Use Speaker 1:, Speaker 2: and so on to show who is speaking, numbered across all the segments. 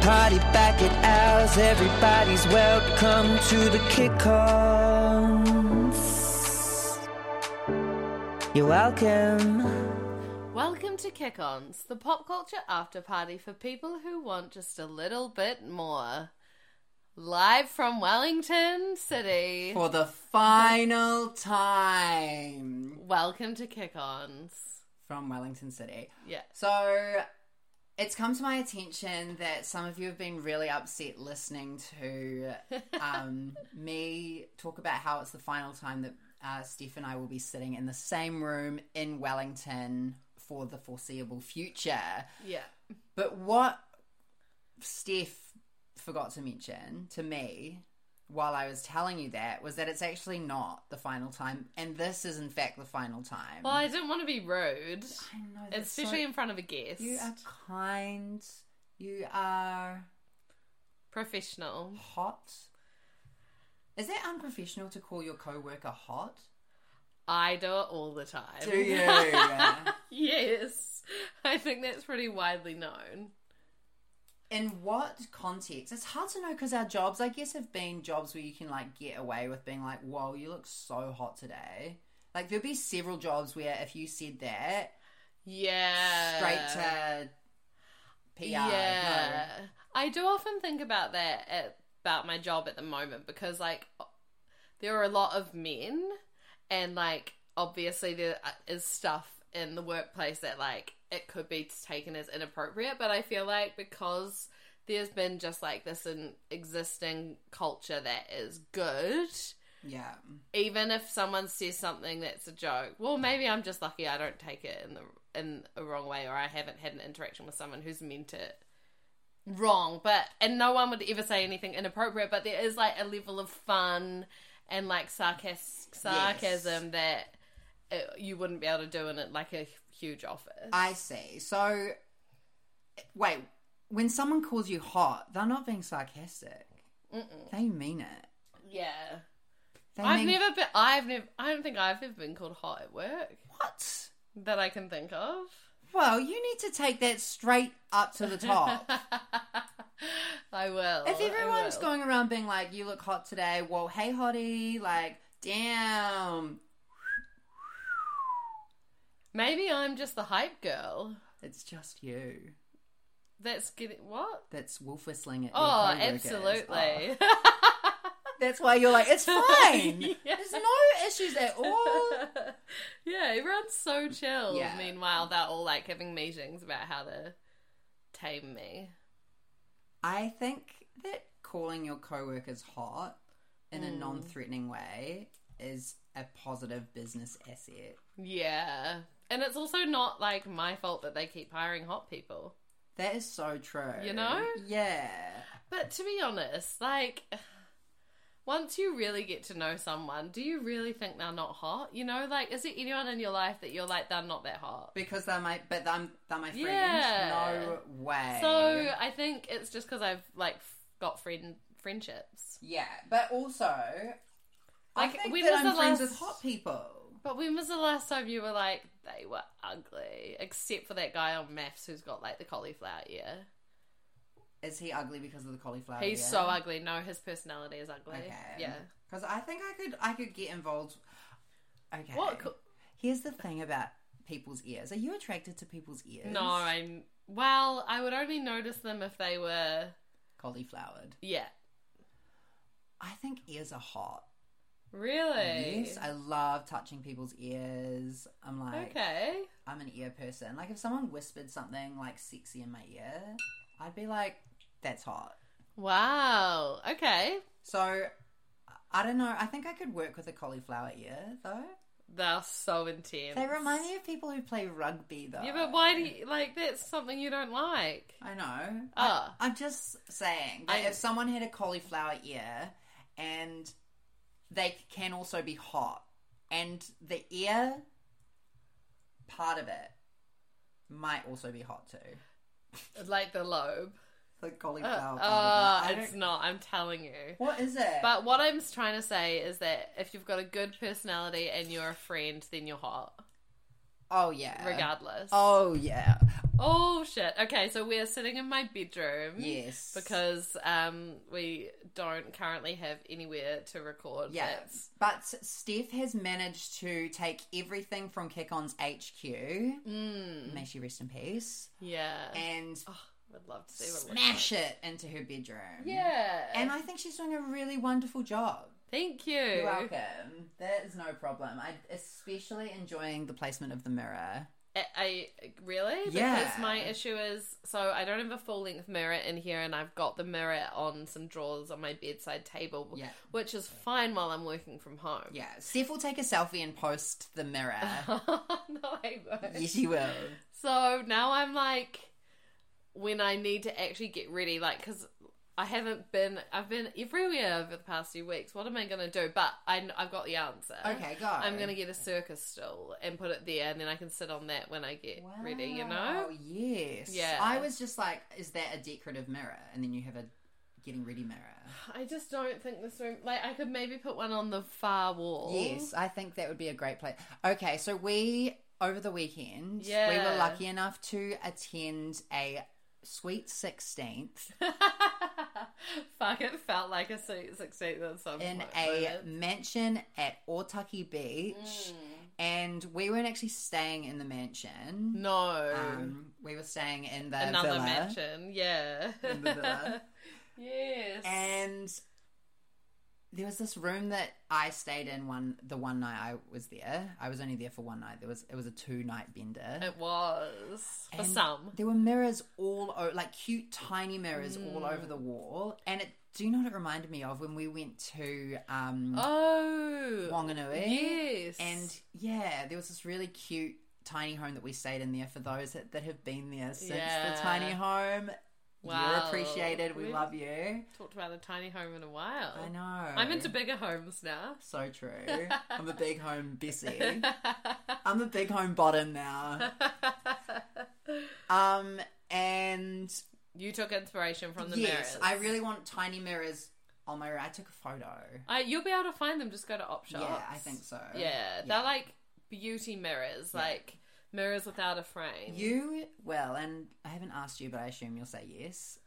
Speaker 1: Party back at ours, everybody's welcome to the kick-ons. You're welcome.
Speaker 2: Welcome to Kick Ons, the pop culture after party for people who want just a little bit more. Live from Wellington City.
Speaker 3: for the final time
Speaker 2: Welcome to Kick Ons.
Speaker 3: from Wellington City.
Speaker 2: Yeah.
Speaker 3: So it's come to my attention that some of you have been really upset listening to um, me talk about how it's the final time that uh, Steph and I will be sitting in the same room in Wellington for the foreseeable future.
Speaker 2: Yeah.
Speaker 3: But what Steph forgot to mention to me while I was telling you that was that it's actually not the final time, and this is in fact the final time.
Speaker 2: Well, I didn't want to be rude,
Speaker 3: I know, that's so-
Speaker 2: especially in front of a guest.
Speaker 3: you are kind, you are
Speaker 2: Professional.
Speaker 3: hot. Is that unprofessional to call your coworker hot?
Speaker 2: I do it all the time.
Speaker 3: Do you?
Speaker 2: Yes. I think that's pretty widely known.
Speaker 3: in what context? It's hard to know because our jobs, I guess, have been jobs where you can like get away with being like, "Whoa, you look so hot today." Like there'll be several jobs where if you said that
Speaker 2: Yeah.
Speaker 3: straight to PR,
Speaker 2: Yeah.
Speaker 3: no.
Speaker 2: I do often think about that at, about my job at the moment because like there are a lot of men and like obviously there is stuff in the workplace that like it could be taken as inappropriate but I feel like because there's been just like this an existing culture that is good
Speaker 3: yeah,
Speaker 2: even if someone says something that's a joke, well, maybe I'm just lucky I don't take it in the in a wrong way, or I haven't had an interaction with someone who's meant it wrong. But and no one would ever say anything inappropriate. But there is like a level of fun and like sarcasm, sarcasm that uh you wouldn't be able to do in it like a huge office.
Speaker 3: I see. So wait, when someone calls you hot, they're not being sarcastic. They mean it.
Speaker 2: yeah,
Speaker 3: They
Speaker 2: I've
Speaker 3: mean
Speaker 2: never been. I've never. I don't think I've ever been called hot at work
Speaker 3: what.
Speaker 2: that I can think of.
Speaker 3: Well, you need to take that straight up to the top.
Speaker 2: I will.
Speaker 3: If
Speaker 2: I
Speaker 3: everyone's
Speaker 2: will.
Speaker 3: going around being like, "You look hot today," well, hey, hottie, like, damn,
Speaker 2: Maybe I'm just the hype girl.
Speaker 3: it's just you.
Speaker 2: That's getting what?
Speaker 3: That's wolf whistling at your
Speaker 2: Oh,
Speaker 3: coworkers.
Speaker 2: absolutely.
Speaker 3: Oh, that's why you're like, it's fine.
Speaker 2: Yeah.
Speaker 3: There's no issues at all.
Speaker 2: yeah, everyone's so chill.
Speaker 3: Yeah.
Speaker 2: Meanwhile, they're all like having meetings about how to tame me.
Speaker 3: I think that calling your coworkers hot in
Speaker 2: Mm.
Speaker 3: a non-threatening way is a positive business asset.
Speaker 2: Yeah. And it's also not like my fault that they keep hiring hot people.
Speaker 3: That is so true.
Speaker 2: You know?
Speaker 3: Yeah.
Speaker 2: But to be honest, like once you really get to know someone, do you really think they're not hot? You know, like is there anyone in your life that you're like they're not that hot?
Speaker 3: Because they're my, but they're, they're my friends.
Speaker 2: Yeah.
Speaker 3: No way.
Speaker 2: So I think it's just because I've like f- got friend friendships.
Speaker 3: Yeah, but also, I
Speaker 2: Like,
Speaker 3: think
Speaker 2: when
Speaker 3: that
Speaker 2: was
Speaker 3: I'm
Speaker 2: the
Speaker 3: friends
Speaker 2: last-
Speaker 3: with hot people.
Speaker 2: But when was the last time you were like they were ugly, except for that guy on maths who's got like the cauliflower ear?
Speaker 3: Is he ugly because of the cauliflower?
Speaker 2: He's
Speaker 3: ear?
Speaker 2: so ugly. No, his personality is ugly.
Speaker 3: Oh, Okay.
Speaker 2: Yeah.
Speaker 3: Because I think I could, I could get involved. Okay.
Speaker 2: What? co-
Speaker 3: Here's the thing about people's ears. Are you attracted to people's ears?
Speaker 2: No, I'm. Well, I would only notice them if they were.
Speaker 3: Cauliflowered.
Speaker 2: Yeah.
Speaker 3: I think ears are hot.
Speaker 2: Really.
Speaker 3: Yes, I love touching people's ears. I'm like,
Speaker 2: Okay.
Speaker 3: I'm an ear person. Like, if someone whispered something like sexy in my ear, I'd be like, that's hot.
Speaker 2: Wow. Okay.
Speaker 3: So I don't know. I think I could work with a cauliflower ear though.
Speaker 2: They're so intense.
Speaker 3: They remind me of people who play rugby, though.
Speaker 2: Yeah, but why do you like that's something you don't like?
Speaker 3: I know.
Speaker 2: Ah.
Speaker 3: I, am just saying that
Speaker 2: I-
Speaker 3: if someone had a cauliflower ear and they can also be hot, and the ear part of it might also be hot too.
Speaker 2: Like the lobe.
Speaker 3: The cauliflower
Speaker 2: Uh,
Speaker 3: part of it. I
Speaker 2: it's
Speaker 3: don't-
Speaker 2: not, I'm telling you.
Speaker 3: what is it?
Speaker 2: But what I'm trying to say is that if you've got a good personality and you're a friend, then you're hot,
Speaker 3: oh, yeah.
Speaker 2: regardless.
Speaker 3: Oh, yeah.
Speaker 2: Oh, shit. Okay, so we're sitting in my bedroom.
Speaker 3: Yes.
Speaker 2: Because um, we don't currently have anywhere to record.
Speaker 3: Yeah,
Speaker 2: that's-
Speaker 3: but Steph has managed to take everything from Kick On's HQ,
Speaker 2: Mm-hmm.
Speaker 3: may she rest in peace,
Speaker 2: mm, Yeah.
Speaker 3: and
Speaker 2: I'd love to see what it looks like.
Speaker 3: smash it into her bedroom.
Speaker 2: Yeah.
Speaker 3: And I think she's doing a really wonderful job.
Speaker 2: Thank you.
Speaker 3: You're welcome. That is no problem. I'm especially enjoying the placement of the mirror.
Speaker 2: I, I really because
Speaker 3: Yeah.
Speaker 2: my issue is so I don't have a full length mirror in here, and I've got the mirror on some drawers on my bedside table,
Speaker 3: Yeah.
Speaker 2: which is fine while I'm working from home.
Speaker 3: Yeah, Steph will take a selfie and post the mirror.
Speaker 2: no, I won't.
Speaker 3: yes, she will.
Speaker 2: So now I'm like, when I need to actually get ready, like because. I haven't been. I've been everywhere over the past few weeks. What am I going to do? But I, have got the answer.
Speaker 3: Okay, go.
Speaker 2: I'm going to get a circus stool and put it there, and then I can sit on that when I get ready. You know.
Speaker 3: Wow, yes.
Speaker 2: Yeah.
Speaker 3: I was just like, is that a decorative mirror? And then you have a getting ready mirror.
Speaker 2: I just don't think this room. Like, I could maybe put one on the far wall.
Speaker 3: Yes, I think that would be a great place. Okay, so we over the weekend, we
Speaker 2: Yeah.
Speaker 3: were lucky enough to attend a sweet sixteenth
Speaker 2: Fuck, it felt like a sweet 16 at some
Speaker 3: in
Speaker 2: point.
Speaker 3: a
Speaker 2: but-
Speaker 3: mansion at Otaki Beach,
Speaker 2: Mm.
Speaker 3: and we weren't actually staying in the mansion.
Speaker 2: No.
Speaker 3: Um, we were staying in the
Speaker 2: Another
Speaker 3: villa.
Speaker 2: mansion. Yeah.
Speaker 3: In the villa.
Speaker 2: yes.
Speaker 3: and there was this room that I stayed in one the one night I was there. I was only there for one night. There was it was a two night bender.
Speaker 2: it was. For
Speaker 3: And
Speaker 2: some.
Speaker 3: There were mirrors all over, like cute tiny mirrors all
Speaker 2: Mm.
Speaker 3: over the wall. And it, do you know what it reminded me of when we went to
Speaker 2: Mm.
Speaker 3: um,
Speaker 2: Oh.
Speaker 3: Whanganui?
Speaker 2: Yes.
Speaker 3: And yeah, there was this really cute tiny home that we stayed in there for those that, that have been there since
Speaker 2: Yeah.
Speaker 3: the tiny home.
Speaker 2: Wow.
Speaker 3: You're appreciated. We
Speaker 2: We've-
Speaker 3: love you.
Speaker 2: Talked about a tiny home in a while.
Speaker 3: I know.
Speaker 2: I'm into bigger homes now.
Speaker 3: So true. I'm a big home Bessie. I'm a big home bottom now. Um, and
Speaker 2: you took inspiration from the
Speaker 3: yes,
Speaker 2: mirrors.
Speaker 3: I really want tiny mirrors on my. I took a photo.
Speaker 2: I, you'll be able to find them. Just go to op shops.
Speaker 3: Yeah, I think so.
Speaker 2: Yeah, they're like beauty mirrors, like mirrors without a frame.
Speaker 3: You well, and I haven't asked you, but I assume you'll say yes.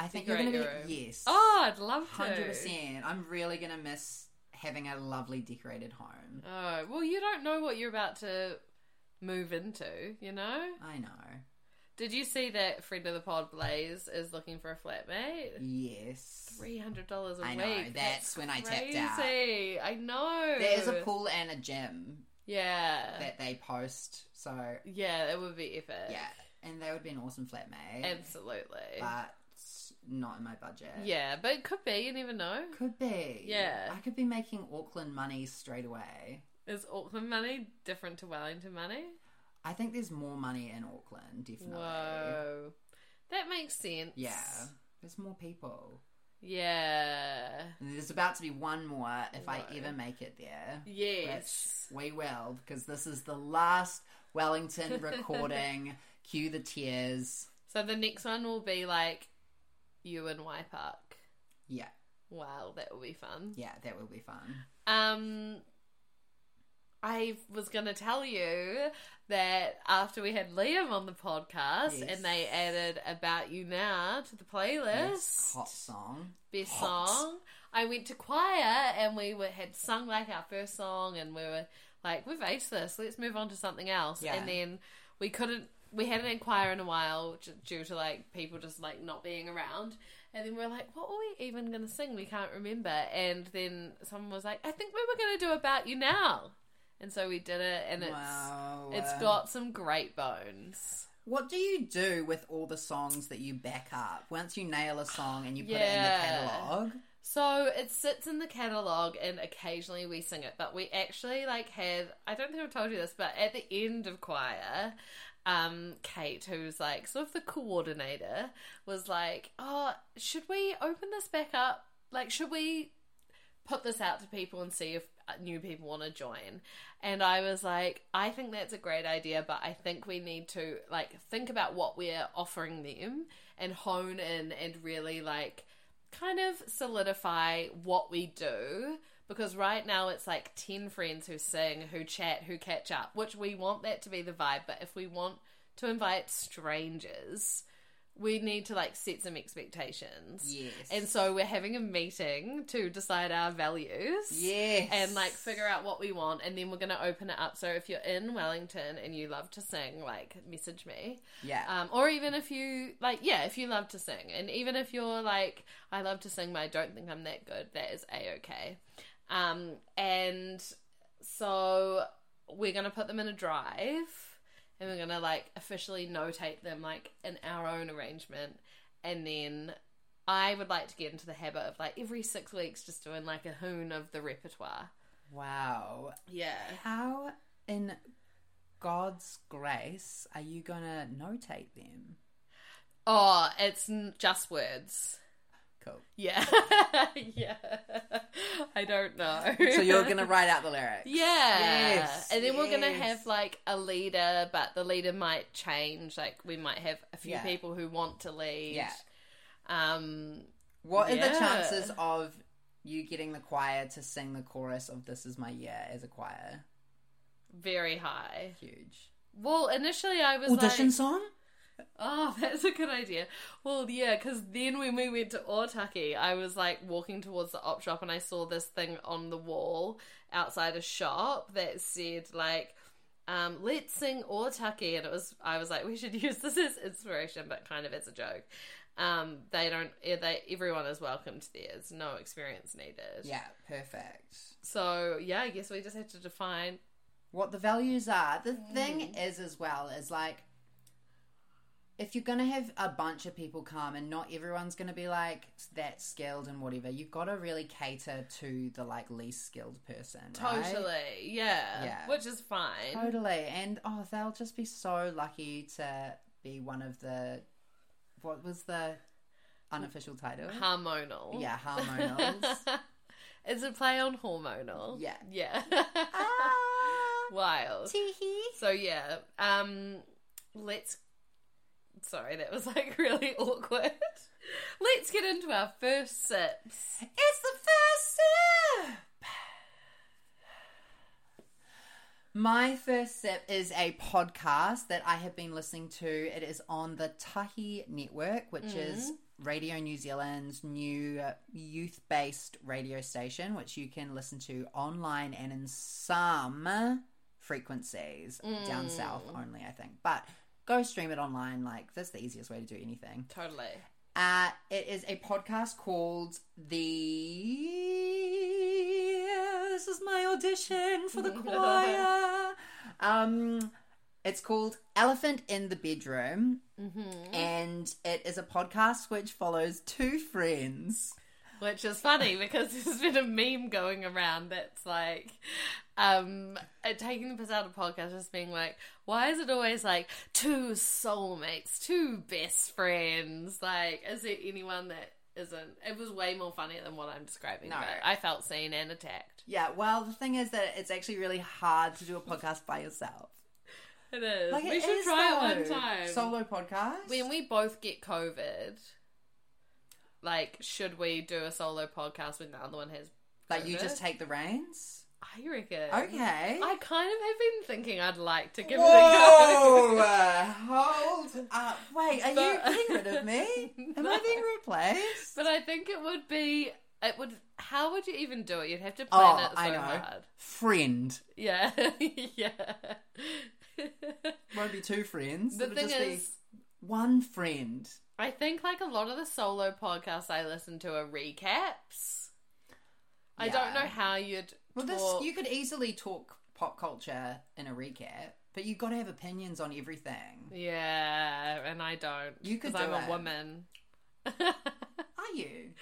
Speaker 3: I think you're
Speaker 2: Decorate
Speaker 3: gonna be
Speaker 2: your room.
Speaker 3: yes.
Speaker 2: oh, I'd love to.
Speaker 3: hundred percent. I'm really gonna miss having a lovely decorated home.
Speaker 2: Oh well, you don't know what you're about to move into. You know?
Speaker 3: I know.
Speaker 2: Did you see that friend of the pod Blaze is looking for a flatmate?
Speaker 3: Yes.
Speaker 2: Three hundred dollars a
Speaker 3: I
Speaker 2: week.
Speaker 3: know, that's when I tapped out.
Speaker 2: crazy. I know.
Speaker 3: There is a pool and a gym
Speaker 2: Yeah.
Speaker 3: that they post. So
Speaker 2: yeah, that would be epic.
Speaker 3: yeah, and they would be an awesome flatmate.
Speaker 2: Absolutely.
Speaker 3: but not in my budget.
Speaker 2: yeah, but it could be. You never know.
Speaker 3: Could be.
Speaker 2: Yeah.
Speaker 3: I could be making Auckland money straight away.
Speaker 2: Is Auckland money different to Wellington money?
Speaker 3: I think there's more money in Auckland, definitely.
Speaker 2: Whoa. That makes sense.
Speaker 3: Yeah. There's more people.
Speaker 2: Yeah.
Speaker 3: And there's about to be one more if I
Speaker 2: Whoa.
Speaker 3: ever make it there.
Speaker 2: Yes.
Speaker 3: Which we will, because this is the last Wellington recording. Cue the tears.
Speaker 2: So the next one will be like you and Y Park.
Speaker 3: Yeah.
Speaker 2: Wow, that will be fun.
Speaker 3: Yeah, that will be fun.
Speaker 2: Um I was gonna tell you that after we had Liam on the podcast
Speaker 3: Yes.
Speaker 2: and they added About You Now to the playlist.
Speaker 3: Yes, hot song.
Speaker 2: best
Speaker 3: Hot.
Speaker 2: song. I went to choir and we were, had sung like our first song and we were like, we've aced this, let's move on to something else.
Speaker 3: Yeah.
Speaker 2: And then we couldn't, we hadn't had choir in a while j- due to like people just like not being around. And then we were like, what were we even going to sing? We can't remember. And then someone was like, I think we were going to do About You Now. And so we did it and it's.
Speaker 3: wow.
Speaker 2: It's got some great bones.
Speaker 3: What do you do with all the songs that you back up once you nail a song and you put it in
Speaker 2: Yeah.
Speaker 3: the catalogue?
Speaker 2: So it sits in the catalog, and occasionally we sing it. But we actually like had I don't think I've told you this, but at the end of choir, um, Kate, who's like sort of the coordinator, was like, "Oh, should we open this back up? Like, should we put this out to people and see if uh, new people want to join. And I was like, I think that's a great idea, but I think we need to like think about what we're offering them and hone in and really like kind of solidify what we do because right now it's like 10 friends who sing, who chat, who catch up, which we want that to be the vibe, but if we want to invite strangers, we need to like set some expectations.
Speaker 3: Yes.
Speaker 2: And so we're having a meeting to decide our values.
Speaker 3: Yes.
Speaker 2: And like figure out what we want and then we're gonna open it up. So if you're in Wellington and you love to sing, like message me.
Speaker 3: Yeah.
Speaker 2: Um, or even if you like yeah, if you love to sing. And even if you're like, I love to sing but I don't think I'm that good, that is A okay. Um and so we're gonna put them in a drive and we're gonna like officially notate them like in our own arrangement and then i would like to get into the habit of like every six weeks just doing like a hoon of the repertoire
Speaker 3: wow.
Speaker 2: yeah
Speaker 3: How in God's grace are you gonna notate them?
Speaker 2: oh it's n- just words
Speaker 3: Cool.
Speaker 2: yeah yeah i don't know
Speaker 3: So you're gonna write out the lyrics.
Speaker 2: yeah
Speaker 3: Yes,
Speaker 2: and then we're gonna
Speaker 3: yes.
Speaker 2: have like a leader but the leader might change like we might have a few
Speaker 3: Yeah.
Speaker 2: people who want to lead
Speaker 3: Yeah.
Speaker 2: um
Speaker 3: What are the
Speaker 2: Yeah.
Speaker 3: chances of you getting the choir to sing the chorus of "This Is My Year" as a choir?
Speaker 2: very high
Speaker 3: Huge.
Speaker 2: Well, initially I was
Speaker 3: Audition
Speaker 2: like,
Speaker 3: song.
Speaker 2: "Oh, that's a good idea." Well, yeah, because then when we went to Otaki, I was like walking towards the op shop and I saw this thing on the wall outside a shop that said like, um, "Let's sing Otaki," and it was I was like, "We should use this as inspiration, but kind of as a joke." Um, they don't. yeah, They everyone is welcome to theirs. No experience needed.
Speaker 3: Yeah, perfect.
Speaker 2: So yeah, I guess we just have to define.
Speaker 3: What the values are. The
Speaker 2: Mm.
Speaker 3: thing is, as well, is like if you're gonna have a bunch of people come and not everyone's gonna be like that skilled and whatever, you've got to really cater to the like least skilled person. right?
Speaker 2: Totally, yeah,
Speaker 3: Yeah.
Speaker 2: which is fine.
Speaker 3: Totally. And oh, they'll just be so lucky to be one of the what was the unofficial title?
Speaker 2: Hormonal.
Speaker 3: yeah, harmonals.
Speaker 2: it's a play on hormonal.
Speaker 3: Yeah.
Speaker 2: Yeah.
Speaker 3: ah,
Speaker 2: Wild.
Speaker 3: teehee.
Speaker 2: So yeah. Um let's sorry, that was like really awkward. let's get into our first sips.
Speaker 3: It's the first sip. My first sip is a podcast that I have been listening to. It is on the Tahi Network, which is Radio New Zealand's new youth based radio station, which you can listen to online and in some frequencies. Down south only, I think. But go stream it online. Like, that's the easiest way to do anything.
Speaker 2: Totally.
Speaker 3: Uh, it is a podcast called The. This is my audition for the choir. um, it's called Elephant in the Bedroom,
Speaker 2: Mm-hmm.
Speaker 3: and it is a podcast which follows two friends.
Speaker 2: Which is funny because there's been a meme going around that's like, um, uh, taking the piss out of podcast, just being like, why is it always like two soulmates, two best friends? Like, is there anyone that isn't? It was way more funny than what I'm describing.
Speaker 3: No.
Speaker 2: but I felt seen and attacked.
Speaker 3: Yeah, well, the thing is that it's actually really hard to do a podcast by yourself.
Speaker 2: It is.
Speaker 3: Like,
Speaker 2: we
Speaker 3: it
Speaker 2: should
Speaker 3: is,
Speaker 2: try it
Speaker 3: though.
Speaker 2: one time.
Speaker 3: Solo podcast?
Speaker 2: when we both get COVID, like, should we do a solo podcast when the other one has?
Speaker 3: like, you
Speaker 2: COVID?
Speaker 3: just take the reins?
Speaker 2: I reckon.
Speaker 3: Okay.
Speaker 2: I kind of have been thinking I'd like to give
Speaker 3: Whoa!
Speaker 2: it a go.
Speaker 3: uh, hold up. Wait, are
Speaker 2: But-
Speaker 3: you getting rid of me? Am I being replaced?
Speaker 2: But I think it would be. It would. How would you even do it? You'd have to plan
Speaker 3: oh,
Speaker 2: it so
Speaker 3: I know.
Speaker 2: hard.
Speaker 3: Friend.
Speaker 2: Yeah, yeah.
Speaker 3: Won't be two friends.
Speaker 2: the
Speaker 3: It'll
Speaker 2: thing
Speaker 3: just be
Speaker 2: is,
Speaker 3: one friend.
Speaker 2: I think like a lot of the solo podcasts I listen to are recaps. I don't
Speaker 3: Yeah.
Speaker 2: know how you'd.
Speaker 3: Well, this
Speaker 2: talk-
Speaker 3: you could easily talk pop culture in a recap, but you've got to have opinions on everything.
Speaker 2: Yeah, and I don't.
Speaker 3: You could
Speaker 2: 'cause I'm
Speaker 3: do
Speaker 2: a
Speaker 3: it.
Speaker 2: woman.
Speaker 3: Are you?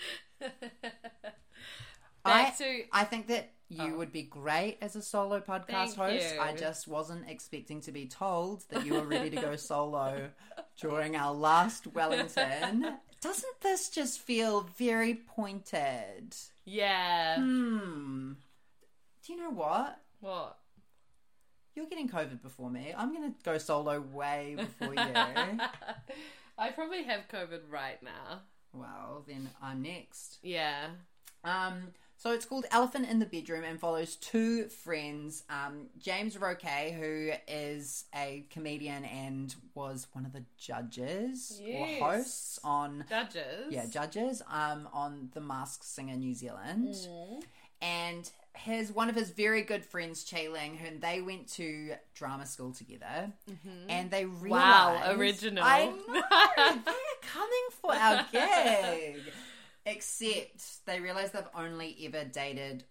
Speaker 2: to.
Speaker 3: I think that you
Speaker 2: Oh.
Speaker 3: would be great as a solo podcast
Speaker 2: Thank
Speaker 3: host.
Speaker 2: you.
Speaker 3: I just wasn't expecting to be told that you were ready to go solo during our last Wellington. Doesn't this just feel very pointed?
Speaker 2: Yeah.
Speaker 3: Hmm. Do you know what?
Speaker 2: What?
Speaker 3: You're getting COVID before me. I'm going to go solo way before you.
Speaker 2: I probably have COVID right now.
Speaker 3: well, then I'm next.
Speaker 2: Yeah.
Speaker 3: Um, so it's called Elephant in the Bedroom and follows two friends, um, James Roquet, who is a comedian and was one of the judges or
Speaker 2: Yes.
Speaker 3: hosts on
Speaker 2: Judges.
Speaker 3: yeah judges um, on The Masked Singer New Zealand,
Speaker 2: Mm.
Speaker 3: and his one of his very good friends, Che Ling, who they went to drama school together,
Speaker 2: Mm-hmm.
Speaker 3: and they realized,
Speaker 2: Wow, original.
Speaker 3: I know they are coming for our gig. Except they realize they've only ever dated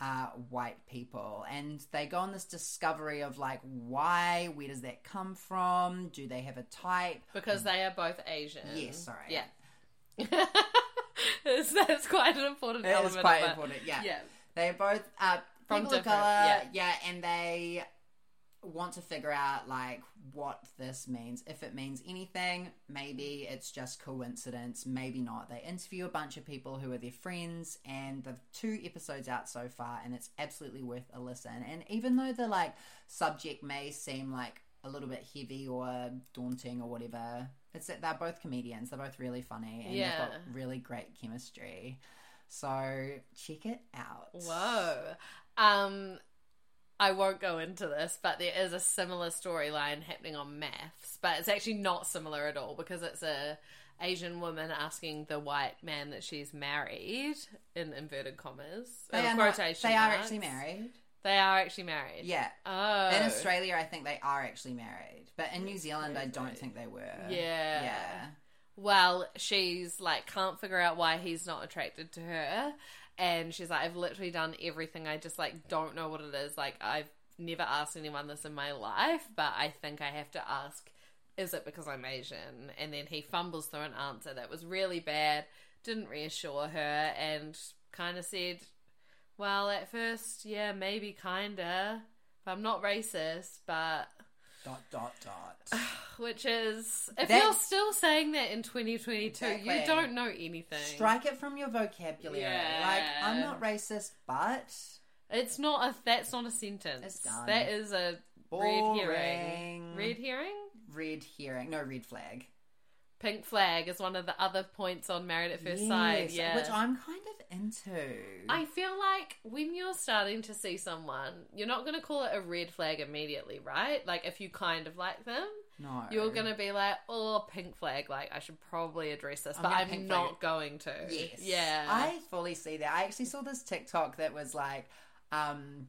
Speaker 3: uh, white people, and they go on this discovery of like why, where does that come from? Do they have a type?
Speaker 2: Because they are both Asian.
Speaker 3: Yes, sorry.
Speaker 2: Yeah. It's- that's quite an important
Speaker 3: It
Speaker 2: element.
Speaker 3: is quite
Speaker 2: but-
Speaker 3: important. Yeah.
Speaker 2: Yeah.
Speaker 3: They're both uh,
Speaker 2: From
Speaker 3: people of
Speaker 2: different-
Speaker 3: color, yeah.
Speaker 2: yeah.
Speaker 3: and they want to figure out like what this means. If it means anything, maybe it's just coincidence, maybe not. They interview a bunch of people who are their friends, and the two episodes out so far, and it's absolutely worth a listen. And even though the like subject may seem like a little bit heavy or daunting or whatever. It's that they're both comedians. They're both really funny and
Speaker 2: Yeah.
Speaker 3: they've got really great chemistry. So check it out.
Speaker 2: Whoa. Um, I won't go into this, but there is a similar storyline happening on maths, but it's actually not similar at all because it's a Asian woman asking the white man that she's married in inverted commas.
Speaker 3: They
Speaker 2: uh,
Speaker 3: are, not-
Speaker 2: quotation
Speaker 3: they are
Speaker 2: marks.
Speaker 3: actually married.
Speaker 2: They are actually married.
Speaker 3: Yeah.
Speaker 2: Oh.
Speaker 3: In Australia, I think they are actually married, but in New Zealand, I don't
Speaker 2: crazy.
Speaker 3: think they were.
Speaker 2: Yeah.
Speaker 3: yeah.
Speaker 2: Well, she's like can't figure out why he's not attracted to her, and she's like, I've literally done everything. I just like don't know what it is. Like I've never asked anyone this in my life, but I think I have to ask. Is it because I'm Asian? And then he fumbles through an answer that was really bad. Didn't reassure her, and kind of said, "Well, at first, yeah, maybe kinda. I'm not racist, but."
Speaker 3: Dot dot dot.
Speaker 2: Which is, if
Speaker 3: That-
Speaker 2: you're still saying that in 2022,
Speaker 3: Exactly.
Speaker 2: you don't know anything.
Speaker 3: Strike it from your vocabulary.
Speaker 2: Yeah.
Speaker 3: Like I'm not racist, but
Speaker 2: It's not a. That's not a sentence.
Speaker 3: It's done. Mm.
Speaker 2: That is a red herring.
Speaker 3: Boring.
Speaker 2: Red herring.
Speaker 3: Red herring. No red flag.
Speaker 2: Pink flag is one of the other points on Married at First Sight.
Speaker 3: Yes,
Speaker 2: Yeah,
Speaker 3: Which I'm kind of into.
Speaker 2: I feel like when you're starting to see someone, you're not going to call it a red flag immediately, right? Like if you kind of like them,
Speaker 3: no.
Speaker 2: you're going to be like, "Oh, pink flag! Like I should probably address this,
Speaker 3: I'm
Speaker 2: but
Speaker 3: gonna
Speaker 2: I'm
Speaker 3: pink flag
Speaker 2: not
Speaker 3: it."
Speaker 2: going to."
Speaker 3: Yes.
Speaker 2: Yeah.
Speaker 3: I fully see that. I actually saw this TikTok that was like, um,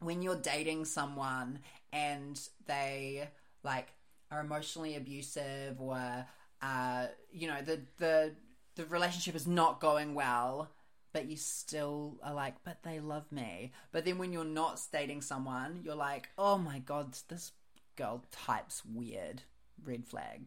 Speaker 3: when you're dating someone and they like are emotionally abusive or uh, you know, the the the relationship is not going well, but you still are like, but they love me. But then when you're not dating someone, you're like, oh my god, this girl types weird. Red flag.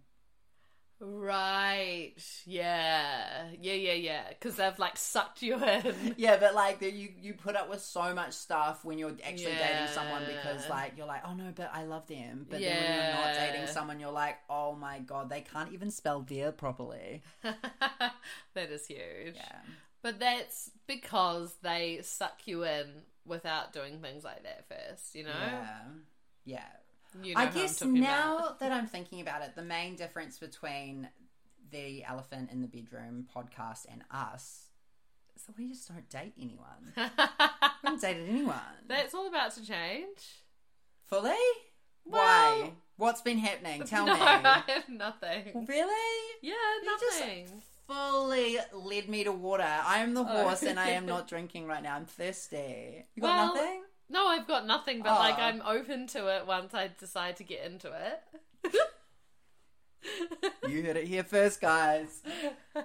Speaker 2: Right. Yeah. Yeah, yeah, yeah. Because they've like sucked you in.
Speaker 3: Yeah, but like that you you put up with so much stuff when you're actually dating someone
Speaker 2: Yeah.
Speaker 3: because like you're like, oh no, but I love them. But then when you're not
Speaker 2: Yeah.
Speaker 3: dating someone, you're like, oh my god, they can't even spell their properly.
Speaker 2: that is huge. But that's because they suck you in without doing things like that first, you know?
Speaker 3: Yeah. Yeah.
Speaker 2: You know
Speaker 3: I
Speaker 2: who I'm
Speaker 3: guess
Speaker 2: talking
Speaker 3: now
Speaker 2: about.
Speaker 3: that I'm thinking about it, the main difference between the Elephant in the Bedroom podcast and us is that we just don't date anyone. we haven't dated anyone.
Speaker 2: That's all about to change.
Speaker 3: Fully? Why?
Speaker 2: Well-
Speaker 3: What's been happening? Tell
Speaker 2: no,
Speaker 3: me.
Speaker 2: I have nothing.
Speaker 3: Really?
Speaker 2: Yeah,
Speaker 3: You just
Speaker 2: nothing. Oh.
Speaker 3: fully led me to water. I am the horse and I am not drinking right now. I'm thirsty. You got
Speaker 2: Well-
Speaker 3: nothing?
Speaker 2: No, I've got nothing, but like
Speaker 3: Oh.
Speaker 2: I'm open to it once I decide to get into it.
Speaker 3: You heard it here first, guys.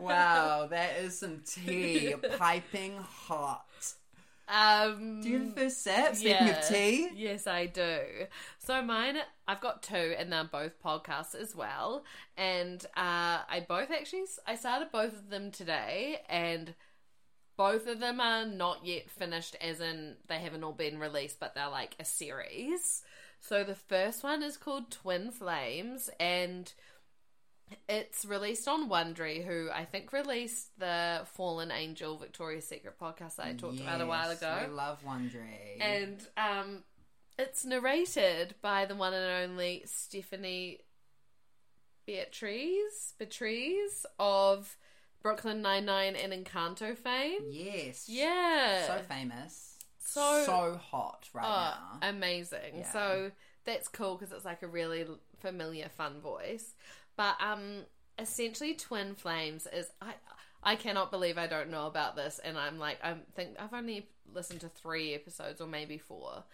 Speaker 3: Wow, that is some tea. Piping hot.
Speaker 2: um,
Speaker 3: Do you have a first sip? Speaking of tea?
Speaker 2: Yes, I do. So mine, I've got two, and they're both podcasts as well. And uh, I both actually, I started both of them today, and Both of them are not yet finished, as in they haven't all been released, but they're like a series. So the first one is called Twin Flames, and it's released on Wondery, who I think released the Fallen Angel Victoria's Secret podcast that I talked about a while
Speaker 3: Yes,
Speaker 2: ago
Speaker 3: I love Wondry.
Speaker 2: and um, it's narrated by the one and only Stephanie Beatriz Beatriz of Brooklyn Nine Nine and Encanto fame.
Speaker 3: yes.
Speaker 2: Yeah,
Speaker 3: So famous.
Speaker 2: So-
Speaker 3: so hot right
Speaker 2: Oh,
Speaker 3: now.
Speaker 2: amazing.
Speaker 3: Yeah.
Speaker 2: So that's cool because it's like a really l- familiar, fun voice. But um, essentially, Twin Flames is I I cannot believe I don't know about this, and I'm like I think I've only listened to three episodes or maybe four.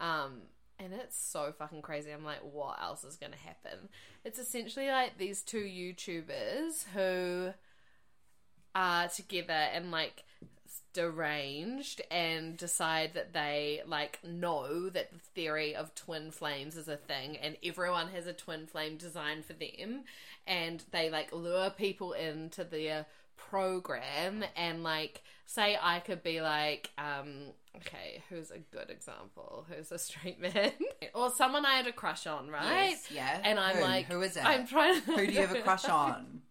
Speaker 2: Um, and it's so fucking crazy. I'm like, what else is going to happen? It's essentially like these two YouTubers who are together and like deranged and decide that they like know that the theory of twin flames is a thing and everyone has a twin flame designed for them and they like lure people into their program and like say I could be like um okay who's a good example who's a straight man or someone I had a crush on right
Speaker 3: Yes, yeah.
Speaker 2: and I'm
Speaker 3: Who?
Speaker 2: like
Speaker 3: who is it?
Speaker 2: I'm trying to
Speaker 3: Who do you have a crush on?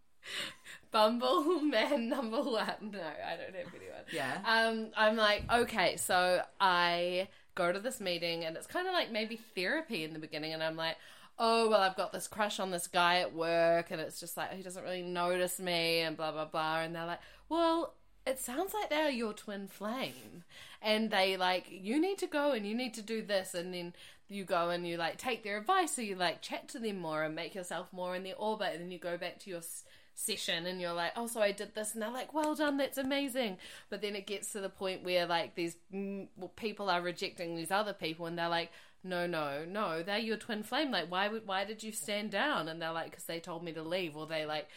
Speaker 2: Bumble man number one. No, I don't have anyone.
Speaker 3: Yeah.
Speaker 2: Um, I'm like, okay, so I go to this meeting and it's kind of like maybe therapy in the beginning, and I'm like, oh well, I've got this crush on this guy at work, and it's just like he doesn't really notice me, and blah blah blah, and they're like, well. It sounds like they're your twin flame. And they like, you need to go and you need to do this. And then you go and you like take their advice. So you like chat to them more and make yourself more in their orbit. And then you go back to your s- session and you're like, oh, so I did this, and they're like, well done, that's amazing. But then it gets to the point where like these mm, well, people are rejecting these other people, and they're like, no, no, no, they're your twin flame. Like, why would why did you stand down? And they're like, because they told me to leave, or they like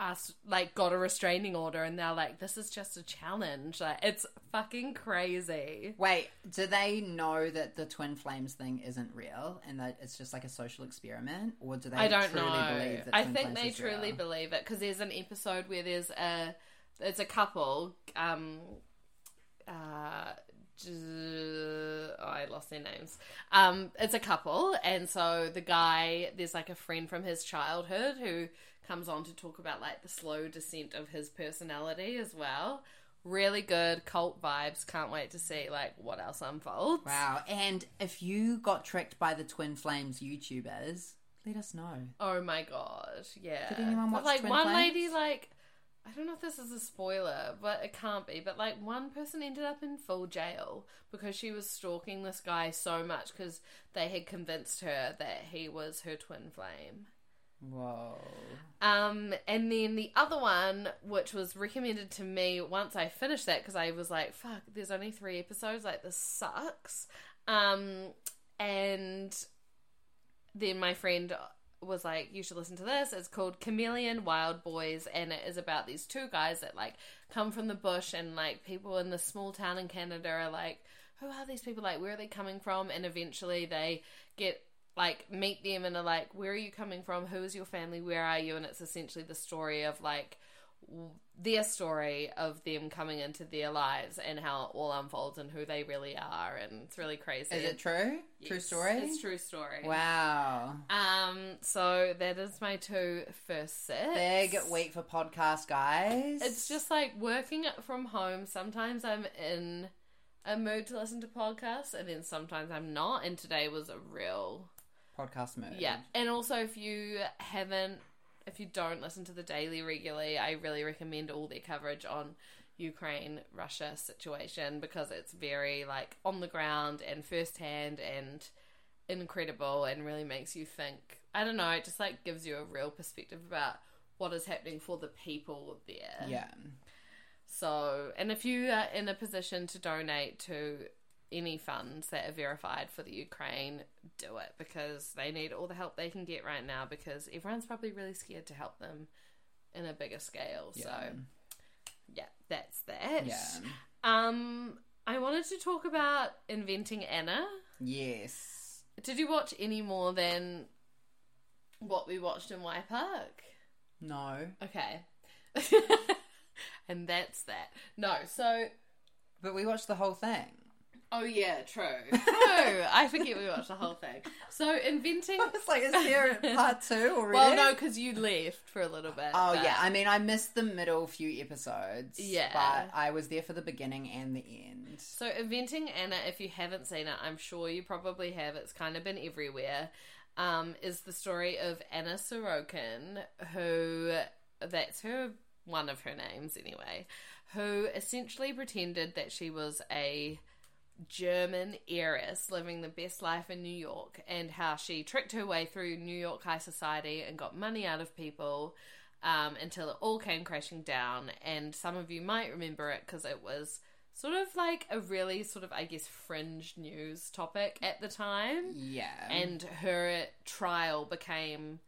Speaker 2: asked like got a restraining order, and they're like, this is just a challenge. Like, it's fucking crazy.
Speaker 3: Wait, do they know that the twin flames thing isn't real and that it's just like a social experiment, or do they?
Speaker 2: I don't
Speaker 3: truly
Speaker 2: know.
Speaker 3: Believe that
Speaker 2: I
Speaker 3: twin
Speaker 2: think
Speaker 3: flames
Speaker 2: they
Speaker 3: is
Speaker 2: truly
Speaker 3: real?
Speaker 2: believe it because there's an episode where there's a it's a couple. Um, uh, j- oh, I lost their names. Um, it's a couple, and so the guy there's like a friend from his childhood who comes on to talk about like the slow descent of his personality as well. Really good cult vibes. Can't wait to see like what else unfolds.
Speaker 3: Wow. And if you got tricked by the twin flames YouTubers, let us know.
Speaker 2: Oh my god, yeah.
Speaker 3: Did anyone
Speaker 2: But,
Speaker 3: watch
Speaker 2: like
Speaker 3: Twin
Speaker 2: one
Speaker 3: Flames?
Speaker 2: lady like I don't know if this is a spoiler, but it can't be. But like one person ended up in full jail because she was stalking this guy so much because they had convinced her that he was her twin flame.
Speaker 3: Whoa.
Speaker 2: Um, and then the other one, which was recommended to me once I finished that, because I was like, fuck, there's only three episodes, like, this sucks. Um, and then my friend was like, you should listen to this. It's called Chameleon Wild Boys, and it is about these two guys that, like, come from the bush, and, like, people in this small town in Canada are like, who are these people? Like, where are they coming from? And eventually they get like meet them and are like, where are you coming from? Who is your family? Where are you? And it's essentially the story of like w- their story of them coming into their lives and how it all unfolds and who they really are. And it's really crazy.
Speaker 3: Is it true? True
Speaker 2: Yes,
Speaker 3: story.
Speaker 2: It's true story.
Speaker 3: Wow.
Speaker 2: Um. So that is my two first sets.
Speaker 3: Big week for podcast guys.
Speaker 2: It's just like working from home. Sometimes I'm in a mood to listen to podcasts, and then sometimes I'm not. And today was a real
Speaker 3: podcast mood.
Speaker 2: Yeah, and also if you haven't, if you don't listen to the Daily regularly, I really recommend all their coverage on Ukraine Russia situation because it's very like on the ground and firsthand and incredible and really makes you think. I don't know, it just like gives you a real perspective about what is happening for the people there.
Speaker 3: Yeah.
Speaker 2: So, and if you are in a position to donate to any funds that are verified for the Ukraine, do it because they need all the help they can get right now because everyone's probably really scared to help them in a bigger scale. So, yeah, that's that.
Speaker 3: Yeah.
Speaker 2: Um, I wanted to talk about inventing Anna.
Speaker 3: Yes.
Speaker 2: Did you watch any more than what we watched in Y Park?
Speaker 3: No.
Speaker 2: Okay. and that's that. No, so
Speaker 3: But we watched the whole thing.
Speaker 2: oh yeah, true. No, I forget we watched the whole thing. So inventing.
Speaker 3: It's like, is there a part two already?
Speaker 2: Well, no, because you left for a little bit.
Speaker 3: Oh
Speaker 2: but-
Speaker 3: yeah, I mean, I missed the middle few episodes.
Speaker 2: Yeah.
Speaker 3: but I was there for the beginning and the end.
Speaker 2: So, Inventing Anna, if you haven't seen it, I'm sure you probably have. It's kind of been everywhere. Um, is the story of Anna Sorokin, who that's her one of her names anyway, who essentially pretended that she was a German heiress living the best life in New York, and how she tricked her way through New York high society and got money out of people um, until it all came crashing down. And some of you might remember it because it was sort of like a really sort of, I guess, fringe news topic at the time.
Speaker 3: Yeah,
Speaker 2: And her trial became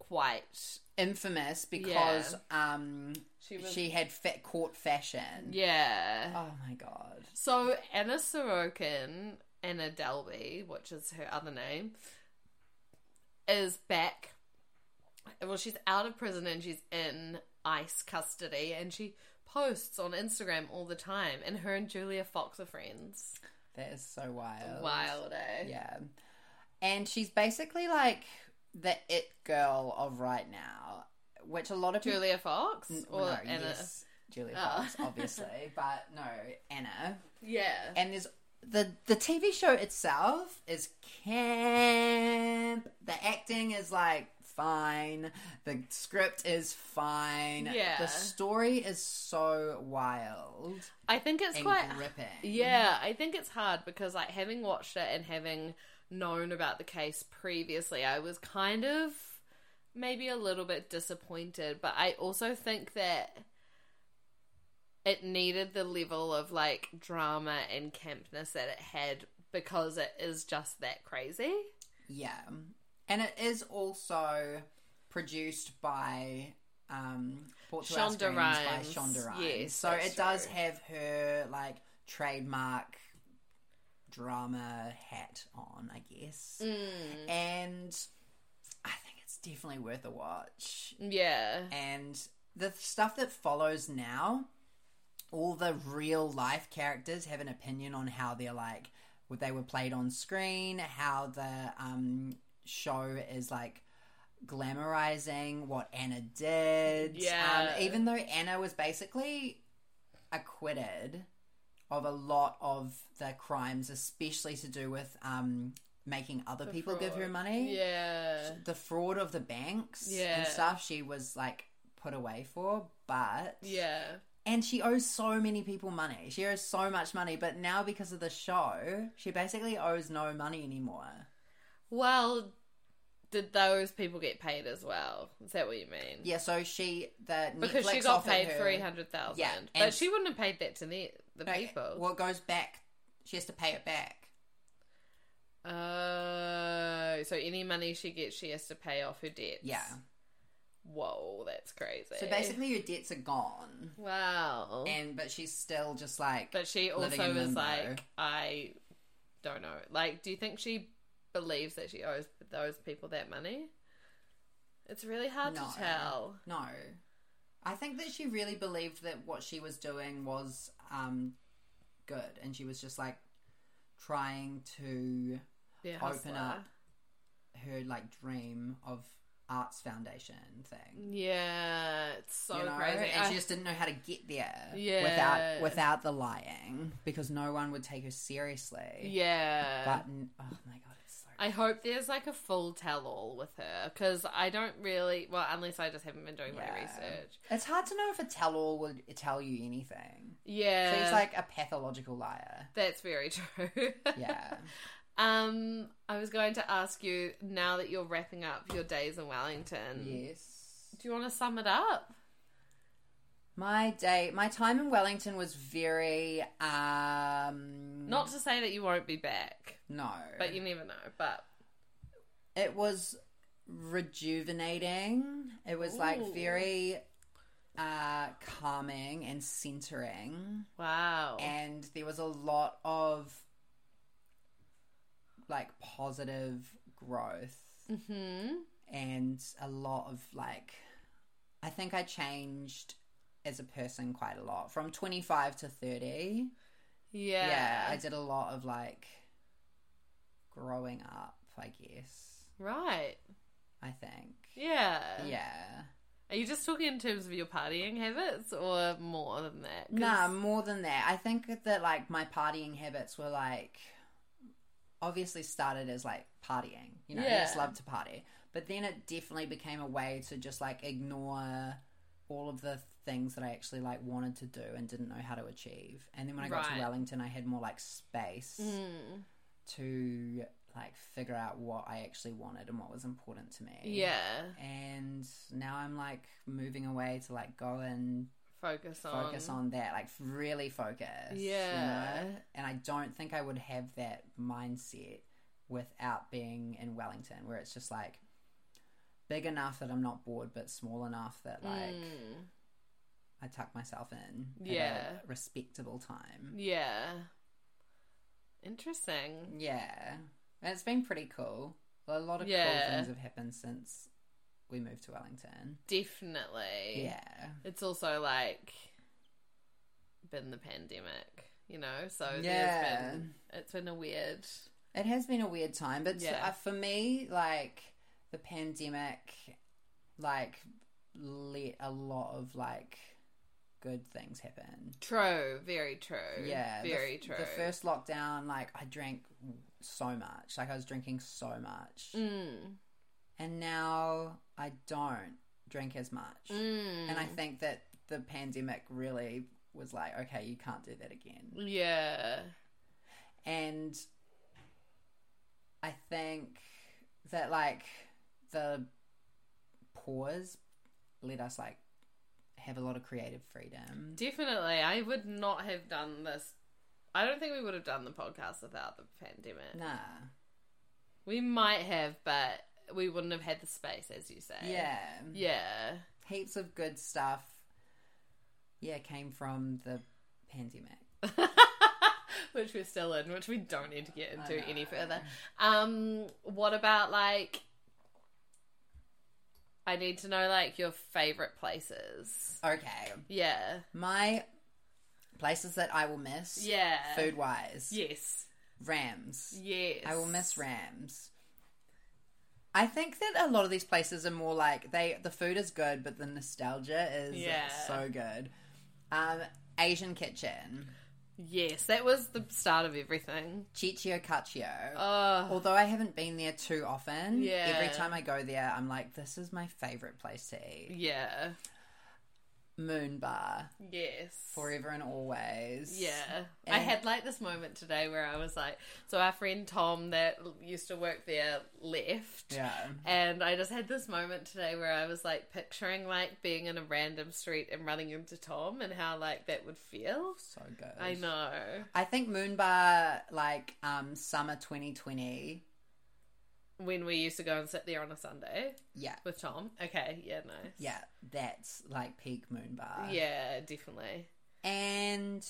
Speaker 2: quite.
Speaker 3: infamous because um
Speaker 2: She was.
Speaker 3: she had fat court fashion.
Speaker 2: yeah.
Speaker 3: Oh my god.
Speaker 2: So Anna Sorokin, Anna Delby, which is her other name, is back. Well, she's out of prison and she's in ICE custody, and she posts on Instagram all the time. And her and Julia Fox are friends.
Speaker 3: That is so wild.
Speaker 2: Wild, eh?
Speaker 3: Oh, Yeah. And she's basically like the it girl of right now, which a lot of people.
Speaker 2: Julia Fox or
Speaker 3: Mm, no,
Speaker 2: Anna?
Speaker 3: yes, Julia
Speaker 2: Oh.
Speaker 3: Fox, obviously, but no, Anna.
Speaker 2: Yeah.
Speaker 3: And there's the the TV show itself is camp. The acting is like fine. The script is fine.
Speaker 2: Yeah.
Speaker 3: The story is so wild
Speaker 2: I think it's
Speaker 3: and
Speaker 2: quite
Speaker 3: gripping.
Speaker 2: Yeah, I think it's hard because like having watched it and having known about the case previously, I was kind of maybe a little bit disappointed, but I also think that it needed the level of like drama and campness that it had because it is just that crazy.
Speaker 3: Yeah. And it is also produced by um Brought to Our
Speaker 2: Shonda
Speaker 3: Screens by
Speaker 2: Rhimes.
Speaker 3: Shonda Rhimes.
Speaker 2: Yes,
Speaker 3: so
Speaker 2: that's
Speaker 3: it does
Speaker 2: true.
Speaker 3: have her like trademark drama hat on, I
Speaker 2: Mm.
Speaker 3: guess. Mm. And I think it's definitely worth a watch.
Speaker 2: Yeah.
Speaker 3: And the stuff that follows now, all the real life characters have an opinion on how they're like, what they were played on screen, how the um, show is like glamorizing what Anna did.
Speaker 2: Yeah.
Speaker 3: Um, even though Anna was basically acquitted of a lot of the crimes, especially to do with um, making other
Speaker 2: The
Speaker 3: people give her
Speaker 2: fraud.
Speaker 3: money
Speaker 2: Yeah.
Speaker 3: the fraud of the banks
Speaker 2: Yeah.
Speaker 3: and stuff she was like put away for but
Speaker 2: Yeah.
Speaker 3: and she owes so many people money she owes so much money but now because of the show she basically owes no money anymore
Speaker 2: Well, did those people get paid as well? Is that what you mean?
Speaker 3: yeah so she the
Speaker 2: Mm. because
Speaker 3: Netflix
Speaker 2: she got
Speaker 3: offered
Speaker 2: paid
Speaker 3: her-
Speaker 2: three hundred thousand.
Speaker 3: Yeah,
Speaker 2: but
Speaker 3: and-
Speaker 2: she wouldn't have paid that to the the
Speaker 3: No,
Speaker 2: people.
Speaker 3: well it goes back she has to pay it back
Speaker 2: Oh, so any money she gets, she has to pay off her debts.
Speaker 3: yeah
Speaker 2: Whoa, that's crazy.
Speaker 3: so basically her debts are gone
Speaker 2: wow.
Speaker 3: and but she's still just like
Speaker 2: but she
Speaker 3: living
Speaker 2: also
Speaker 3: in
Speaker 2: is
Speaker 3: limbo.
Speaker 2: like, I don't know. Like, do you think she believes that she owes those people that money? It's really hard
Speaker 3: No.
Speaker 2: to tell.
Speaker 3: No. I think that she really believed that what she was doing was um, good and she was just like trying to
Speaker 2: Yeah,
Speaker 3: open
Speaker 2: hustler.
Speaker 3: up her like dream of arts foundation thing.
Speaker 2: Yeah, it's so
Speaker 3: you know?
Speaker 2: crazy.
Speaker 3: And
Speaker 2: I-
Speaker 3: she just didn't know how to get there
Speaker 2: Yeah.
Speaker 3: without without the lying because no one would take her seriously.
Speaker 2: yeah,
Speaker 3: But n- oh my god, it's so
Speaker 2: I hope there's like a full tell all with her because I don't really well unless I just haven't been doing
Speaker 3: Yeah.
Speaker 2: my research.
Speaker 3: It's hard to know if a tell all would tell you anything.
Speaker 2: Yeah,
Speaker 3: She's like a pathological liar.
Speaker 2: that's very true.
Speaker 3: Yeah.
Speaker 2: um, I was going to ask you now that you're wrapping up your days in Wellington.
Speaker 3: yes.
Speaker 2: Do you want to sum it up?
Speaker 3: My day, my time in Wellington was very um
Speaker 2: Not to say that you won't be back,
Speaker 3: no,
Speaker 2: but you never know. But
Speaker 3: it was rejuvenating. It was
Speaker 2: Ooh.
Speaker 3: like very uh calming and centering,
Speaker 2: wow,
Speaker 3: and there was a lot of like positive growth
Speaker 2: hmm
Speaker 3: and a lot of like I think I changed as a person quite a lot from 25 to 30.
Speaker 2: Yeah.
Speaker 3: Yeah. I did a lot of like growing up, I guess.
Speaker 2: right.
Speaker 3: I think.
Speaker 2: Yeah.
Speaker 3: Yeah.
Speaker 2: Are you just talking in terms of your partying habits or more than that? 'Cause-
Speaker 3: Nah, more than that. I think that like my partying habits were like obviously started as like partying. You know, I just
Speaker 2: Yeah.
Speaker 3: loved to party. But then it definitely became a way to just like ignore all of the things that I actually like wanted to do and didn't know how to achieve. And then when I got
Speaker 2: Right.
Speaker 3: to Wellington I had more like space
Speaker 2: Mm.
Speaker 3: to like figure out what I actually wanted and what was important to me.
Speaker 2: Yeah.
Speaker 3: And now I'm like moving away to like go and
Speaker 2: Focus on.
Speaker 3: focus on that, like really focus. you
Speaker 2: Yeah.
Speaker 3: know? And I don't think I would have that mindset without being in Wellington, where it's just like big enough that I'm not bored, but small enough that like
Speaker 2: Mm.
Speaker 3: I tuck myself in
Speaker 2: Yeah.
Speaker 3: at a respectable time.
Speaker 2: Yeah. Interesting.
Speaker 3: Yeah. And it's been pretty cool. A lot of
Speaker 2: Yeah.
Speaker 3: cool things have happened since we moved to Wellington.
Speaker 2: Definitely.
Speaker 3: Yeah.
Speaker 2: It's also like been the pandemic, you know, so
Speaker 3: Yeah.
Speaker 2: there's been it's been a weird
Speaker 3: It has been a weird time, but
Speaker 2: Yeah.
Speaker 3: uh, for me, like the pandemic, like let a lot of like good things happen.
Speaker 2: True, very true.
Speaker 3: Yeah, the f-
Speaker 2: very true.
Speaker 3: The first lockdown, like I drank so much, like I was drinking so much,
Speaker 2: mm,
Speaker 3: and now I don't drink as much,
Speaker 2: mm,
Speaker 3: and I think that the pandemic really was like, okay, you can't do that again.
Speaker 2: yeah,
Speaker 3: and I think that like the pause let us like have a lot of creative freedom.
Speaker 2: definitely. I would not have done this. I don't think we would have done the podcast without the pandemic.
Speaker 3: Nah,
Speaker 2: Uh, We might have, but we wouldn't have had the space, as you say.
Speaker 3: yeah,
Speaker 2: yeah,
Speaker 3: heaps of good stuff. Yeah, came from the pandemic.
Speaker 2: which we're still in, which we don't need to get into
Speaker 3: know.
Speaker 2: any further. Um, what about like? I need to know like your favorite places.
Speaker 3: Okay,
Speaker 2: Yeah,
Speaker 3: my places that I will miss.
Speaker 2: yeah.
Speaker 3: food wise.
Speaker 2: Yes,
Speaker 3: Rams.
Speaker 2: yes.
Speaker 3: I will miss Rams. I think that a lot of these places are more like they the food is good, but the nostalgia is
Speaker 2: Yeah.
Speaker 3: so good. Um, Asian kitchen,
Speaker 2: Yes, that was the start of everything.
Speaker 3: Chichio Cacio.
Speaker 2: Oh,
Speaker 3: Although I haven't been there too often,
Speaker 2: Yeah.
Speaker 3: every time I go there, I'm like, this is my favorite place to eat.
Speaker 2: yeah.
Speaker 3: Moon Bar,
Speaker 2: Yes.
Speaker 3: forever and always.
Speaker 2: Yeah. I
Speaker 3: And-
Speaker 2: had like this moment today where I was like, so our friend Tom that l- used to work there left.
Speaker 3: yeah,
Speaker 2: And I just had this moment today where I was like picturing like being in a random street and running into Tom and how like that would feel.
Speaker 3: so good.
Speaker 2: I know.
Speaker 3: I think Moon Bar, like um, summer 2020.
Speaker 2: When we used to go and sit there on a Sunday
Speaker 3: Yeah,
Speaker 2: with Tom. Okay. Yeah, nice.
Speaker 3: yeah, that's like peak Moon Bar.
Speaker 2: Yeah, definitely.
Speaker 3: And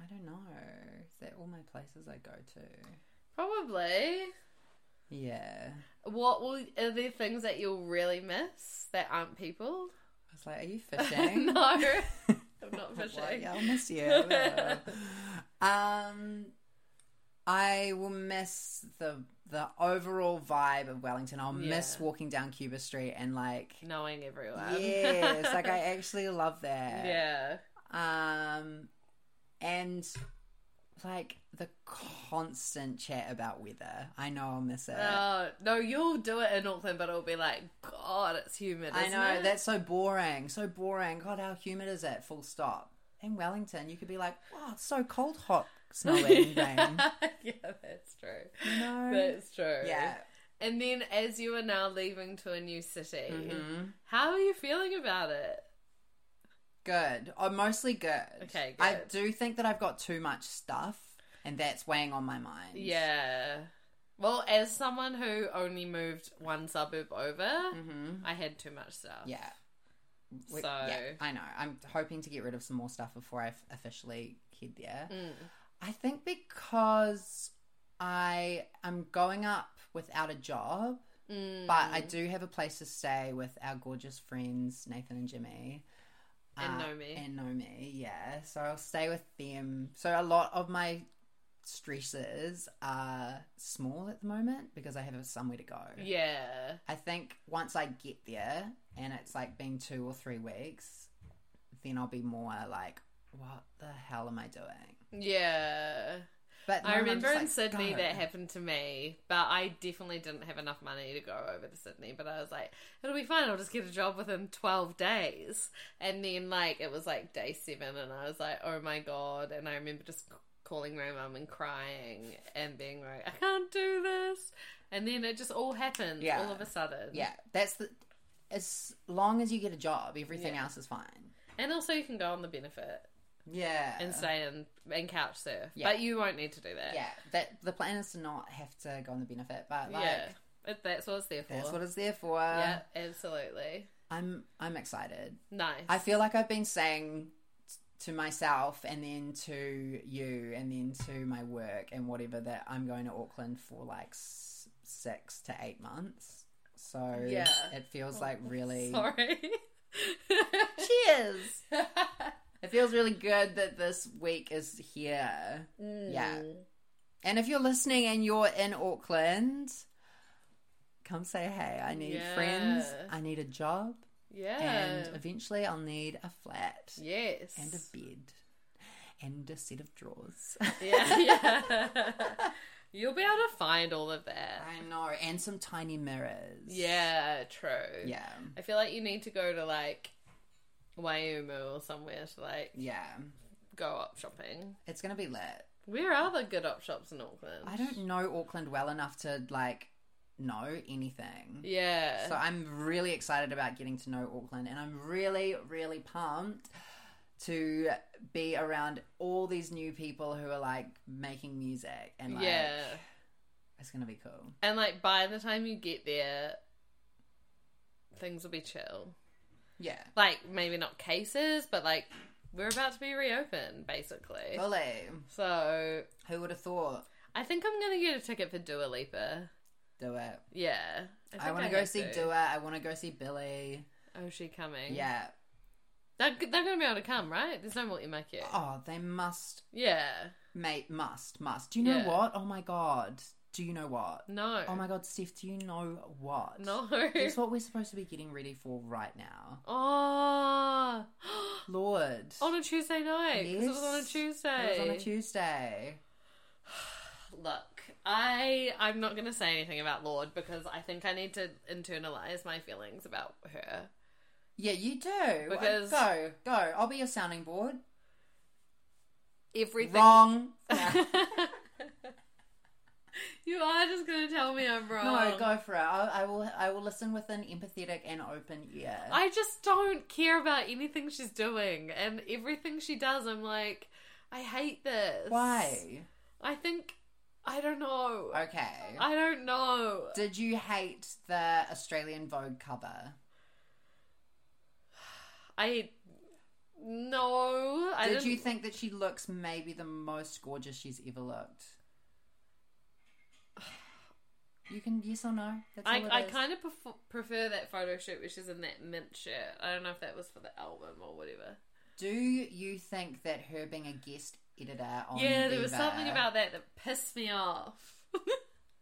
Speaker 3: I don't know. They're all my places I go to.
Speaker 2: Probably.
Speaker 3: Yeah.
Speaker 2: What will are there things that you'll really miss that aren't people?
Speaker 3: I was like, are you fishing?
Speaker 2: no, I'm not
Speaker 3: Like,
Speaker 2: fishing.
Speaker 3: I'll miss you. um, I will miss the the overall vibe of Wellington. I'll miss
Speaker 2: Yeah.
Speaker 3: walking down Cuba Street and like,
Speaker 2: Knowing everyone.
Speaker 3: yes, like I actually love that.
Speaker 2: yeah,
Speaker 3: Um, and like the constant chat about weather. I know I'll miss it.
Speaker 2: oh no, you'll do it in Auckland, but it'll be like, God, it's humid.
Speaker 3: I
Speaker 2: isn't
Speaker 3: know
Speaker 2: it?
Speaker 3: that's so boring. So boring. God, how humid is it? Full stop. In Wellington, you could be like, "Wow, it's so cold, hot, snowing, rain."
Speaker 2: yeah, that's true.
Speaker 3: You know?
Speaker 2: That's true.
Speaker 3: yeah.
Speaker 2: And then, as you are now leaving to a new city,
Speaker 3: Mhm.
Speaker 2: how are you feeling about it?
Speaker 3: Good. Or mostly good.
Speaker 2: Okay,
Speaker 3: I
Speaker 2: good.
Speaker 3: do think that I've got too much stuff, and that's weighing on my mind.
Speaker 2: Yeah. Well, as someone who only moved one suburb over,
Speaker 3: hmm
Speaker 2: I had too much stuff.
Speaker 3: Yeah. We-
Speaker 2: So-
Speaker 3: yeah, I know. I'm hoping to get rid of some more stuff before I f- officially head there.
Speaker 2: Mm.
Speaker 3: I think because I am going up without a job,
Speaker 2: Mm.
Speaker 3: But I do have a place to stay with our gorgeous friends, Nathan and Jimmy.
Speaker 2: And
Speaker 3: Uh,
Speaker 2: Nomi.
Speaker 3: And Nomi, yeah. So I'll stay with them. So a lot of my stresses are small at the moment because I have somewhere to go.
Speaker 2: Yeah.
Speaker 3: I think once I get there and it's like been two or three weeks, then I'll be more like, what the hell am I doing?
Speaker 2: Yeah.
Speaker 3: But at the
Speaker 2: I
Speaker 3: moment, I'm
Speaker 2: remember
Speaker 3: just
Speaker 2: in
Speaker 3: like,
Speaker 2: Sydney
Speaker 3: go.
Speaker 2: that happened to me, but I definitely didn't have enough money to go over to Sydney. But I was like, it'll be fine. I'll just get a job within 12 days. And then, like, it was like day seven, and I was like, oh my God. And I remember just c- calling my mum and crying and being like, I can't do this. And then it just all happened
Speaker 3: Yeah.
Speaker 2: all of a sudden.
Speaker 3: Yeah, that's the. As long as you get a job, everything
Speaker 2: Yeah.
Speaker 3: else is fine.
Speaker 2: And also, you can go on the benefit
Speaker 3: Yeah.
Speaker 2: and stay and, and couch surf.
Speaker 3: Uh. Yeah.
Speaker 2: But you won't need to do that.
Speaker 3: yeah, that the plan is to not have to go on the benefit, but like
Speaker 2: yeah. It- That's what it's there for.
Speaker 3: that's what it's uh, there for.
Speaker 2: yeah, absolutely.
Speaker 3: I'm I'm excited.
Speaker 2: Nice.
Speaker 3: I feel like I've been saying t- to myself and then to you and then to my work and whatever that I'm going to Auckland for like s- six to eight months. So
Speaker 2: Yeah. Oh,
Speaker 3: it feels like really
Speaker 2: Sorry.
Speaker 3: cheers. It feels really good that this week is here. Yeah.
Speaker 2: Mm,
Speaker 3: And if you're listening and you're in Auckland, come say hey. I need friends.
Speaker 2: Yeah.
Speaker 3: I need a job.
Speaker 2: Yeah.
Speaker 3: And eventually I'll need a flat
Speaker 2: yes.
Speaker 3: and a bed and a set of drawers.
Speaker 2: yeah, yeah. You'll be able to find all of that.
Speaker 3: I know. And some tiny mirrors.
Speaker 2: Yeah, true.
Speaker 3: Yeah.
Speaker 2: I feel like you need to go to like Waiumu or somewhere to like
Speaker 3: Yeah.
Speaker 2: go up shopping.
Speaker 3: It's going to be lit.
Speaker 2: Where are the good up shops in Auckland?
Speaker 3: I don't know Auckland well enough to like know anything.
Speaker 2: Yeah.
Speaker 3: So I'm really excited about getting to know Auckland and I'm really, really pumped to be around all these new people who are like making music and like
Speaker 2: yeah.
Speaker 3: it's gonna be cool.
Speaker 2: And like by the time you get there things will be chill.
Speaker 3: Yeah.
Speaker 2: Like maybe not cases, but like we're about to be reopened basically.
Speaker 3: Fully.
Speaker 2: So
Speaker 3: Who would have thought?
Speaker 2: I think I'm gonna get a ticket for Dua Lipa.
Speaker 3: Do it.
Speaker 2: Yeah,
Speaker 3: I,
Speaker 2: think
Speaker 3: wanna go
Speaker 2: have
Speaker 3: see
Speaker 2: to.
Speaker 3: Dua, I wanna go see Billy.
Speaker 2: Oh, is she coming?
Speaker 3: Yeah.
Speaker 2: they're, they're gonna be able to come, right? There's no more MIQ.
Speaker 3: Oh, they must
Speaker 2: Yeah,
Speaker 3: mate must, must. Do you know
Speaker 2: Yeah.
Speaker 3: what? Oh my god. Do you know what?
Speaker 2: no,
Speaker 3: Oh my god, Steph, do you know what?
Speaker 2: no.
Speaker 3: It's what we're supposed to be getting ready for right now.
Speaker 2: oh,
Speaker 3: Lord.
Speaker 2: on a Tuesday night 'cause it was on a
Speaker 3: Yes.
Speaker 2: Tuesday.
Speaker 3: It was on a Tuesday.
Speaker 2: Look, I I'm not gonna say anything about Lord because I think I need to internalize my feelings about her.
Speaker 3: Yeah, you do.
Speaker 2: Because-
Speaker 3: go, go. I'll be your sounding board.
Speaker 2: Everything
Speaker 3: Wrong. no,
Speaker 2: you are just gonna tell me I'm wrong.
Speaker 3: go for it. I, I will. I will listen with an empathetic and open ear.
Speaker 2: I just don't care about anything she's doing and everything she does. I'm like, I hate this.
Speaker 3: Why?
Speaker 2: I think I don't know. I,
Speaker 3: Okay.
Speaker 2: don't know.
Speaker 3: Did you hate the Australian Vogue cover?
Speaker 2: I no. I
Speaker 3: Did
Speaker 2: didn't-
Speaker 3: you think that she looks maybe the most gorgeous she's ever looked? You can yes or no. That's
Speaker 2: I,
Speaker 3: all it
Speaker 2: I
Speaker 3: is.
Speaker 2: kind of pref- prefer that photo shoot, which is in that mint shirt. I don't know if that was for the album or whatever.
Speaker 3: Do you think that her being a guest editor on
Speaker 2: yeah, there was
Speaker 3: Viva-
Speaker 2: something about that that pissed me off.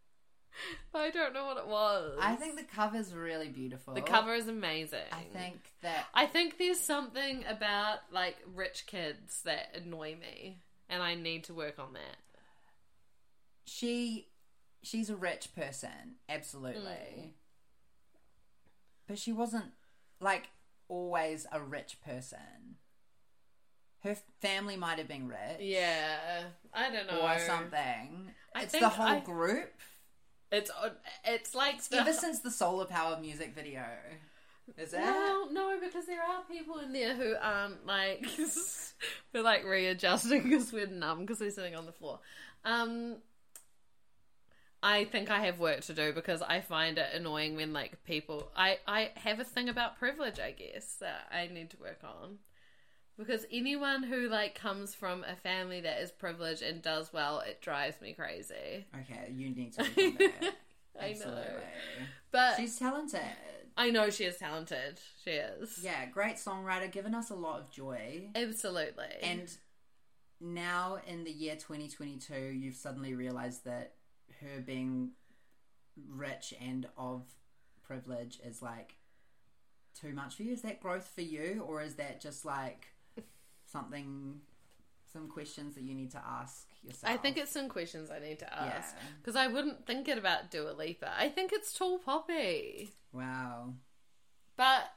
Speaker 2: I don't know what it was.
Speaker 3: I think the cover's really beautiful.
Speaker 2: the cover is amazing.
Speaker 3: I think that
Speaker 2: I think there's something about like rich kids that annoy me, and I need to work on that.
Speaker 3: she she's a rich person, absolutely.
Speaker 2: Mm.
Speaker 3: But she wasn't like always a rich person. Her family might have been rich
Speaker 2: Yeah, I don't know.
Speaker 3: or something.
Speaker 2: I
Speaker 3: it's
Speaker 2: think
Speaker 3: the whole
Speaker 2: I-
Speaker 3: group.
Speaker 2: It's uh, it's like the,
Speaker 3: Ever since the solar power music video. Is it?
Speaker 2: well, no, because there are people in there who aren't like we're like readjusting because we're numb because we're sitting on the floor. Um, I think I have work to do because I find it annoying when like people. I I have a thing about privilege, I guess that I need to work on. Because anyone who like comes from a family that is privileged and does well, it drives me crazy.
Speaker 3: Okay, you need to work on that.
Speaker 2: I know.
Speaker 3: Absolutely.
Speaker 2: But
Speaker 3: She's talented.
Speaker 2: I know she is talented. She is.
Speaker 3: Yeah, great songwriter, given us a lot of joy.
Speaker 2: Absolutely.
Speaker 3: And now in the year 2022, you've suddenly realized that her being rich and of privilege is like too much for you. Is that growth for you, or is that just like something, some questions that you need to ask yourself?
Speaker 2: I think it's some questions I need to ask
Speaker 3: Yeah.
Speaker 2: because I wouldn't think it about Dua Lipa. I think it's Tall Poppy,
Speaker 3: Wow.
Speaker 2: but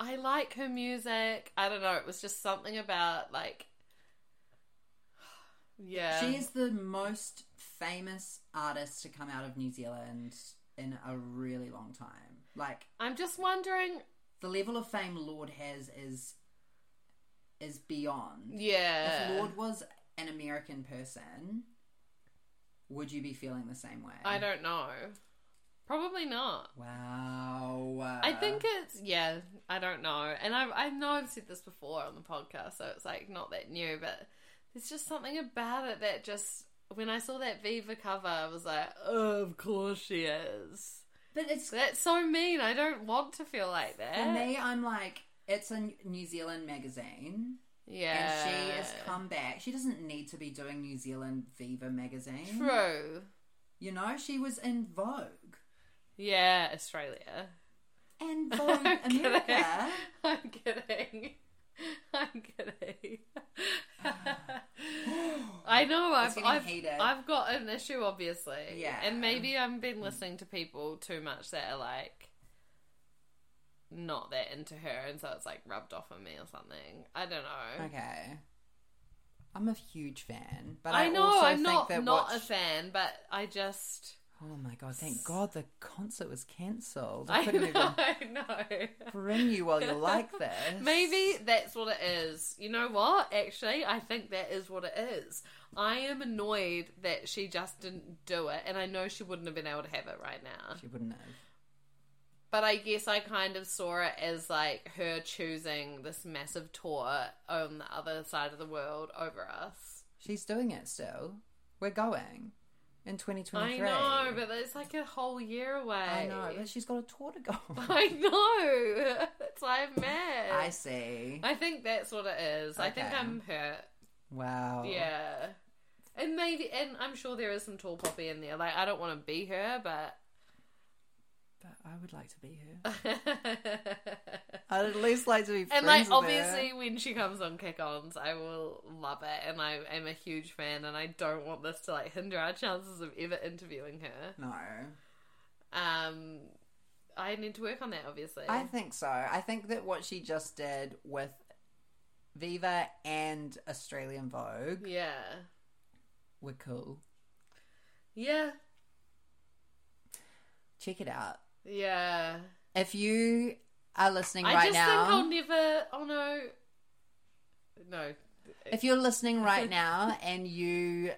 Speaker 2: I like her music. I don't know. It was just something about like, yeah,
Speaker 3: She is the most famous artist to come out of New Zealand in a really long time. Like,
Speaker 2: I'm just wondering.
Speaker 3: the level of fame Lord has is is beyond.
Speaker 2: Yeah,
Speaker 3: If Lord was an American person, would you be feeling the same way?
Speaker 2: I don't know. Probably not.
Speaker 3: Wow.
Speaker 2: I think it's yeah. I don't know, and I I know I've said this before on the podcast, so it's like not that new, but there's just something about it that just when I saw that Viva cover, I was like, oh, of course she is.
Speaker 3: but it's
Speaker 2: That's so mean. I don't want to feel like that.
Speaker 3: for me. I'm like it's a New Zealand magazine,
Speaker 2: yeah,
Speaker 3: and she has come back. She doesn't need to be doing New Zealand Viva magazine.
Speaker 2: true.
Speaker 3: You know, she was in Vogue
Speaker 2: Yeah, Australia.
Speaker 3: and Vogue
Speaker 2: I'm kidding.
Speaker 3: America.
Speaker 2: I'm kidding. I'm kidding.
Speaker 3: Uh-huh.
Speaker 2: I know I've
Speaker 3: getting
Speaker 2: I've,
Speaker 3: heated.
Speaker 2: I've got an issue, obviously.
Speaker 3: Yeah.
Speaker 2: and maybe I've been listening to people too much that are like not that into her, and so it's like rubbed off on me or something. I don't know.
Speaker 3: Okay. I'm a huge fan, but I,
Speaker 2: I know
Speaker 3: also
Speaker 2: I'm
Speaker 3: think
Speaker 2: not
Speaker 3: that
Speaker 2: not
Speaker 3: what
Speaker 2: a fan, but I just
Speaker 3: Oh my god! Thank God the concert was cancelled. I
Speaker 2: I
Speaker 3: couldn't
Speaker 2: know,
Speaker 3: even
Speaker 2: I know.
Speaker 3: bring you while you're like this.
Speaker 2: Maybe that's what it is. You know what? Actually, I think that is what it is. I am annoyed that she just didn't do it, and I know she wouldn't have been able to have it right now.
Speaker 3: she wouldn't have.
Speaker 2: But I guess I kind of saw it as like her choosing this massive tour on the other side of the world over us.
Speaker 3: She's doing it still. We're going in 2023.
Speaker 2: I know, but it's like a whole year away.
Speaker 3: I know, but she's got a tour to go. on.
Speaker 2: I know. That's why I'm mad.
Speaker 3: I
Speaker 2: I,
Speaker 3: see.
Speaker 2: think that's what it is. I think
Speaker 3: Okay. Oh.
Speaker 2: I'm hurt.
Speaker 3: Wow.
Speaker 2: Yeah. And maybe, and I'm sure there is some tall poppy in there. Like, I don't want to be her, but.
Speaker 3: But I would like to be here. I'd at least like to be.
Speaker 2: and,
Speaker 3: friends
Speaker 2: like,
Speaker 3: with her.
Speaker 2: obviously, when she comes on kick ons, I will love it. And I am a huge fan, and I don't want this to, like, hinder our chances of ever interviewing her.
Speaker 3: No,
Speaker 2: Um, I need to work on that, obviously.
Speaker 3: I think so. I think that what she just did with Viva and Australian Vogue
Speaker 2: yeah.
Speaker 3: were cool.
Speaker 2: Yeah.
Speaker 3: Check it out.
Speaker 2: Yeah.
Speaker 3: If you are listening
Speaker 2: I
Speaker 3: right
Speaker 2: just think
Speaker 3: now,
Speaker 2: I'll never. Oh, no. No.
Speaker 3: if you're listening right now and you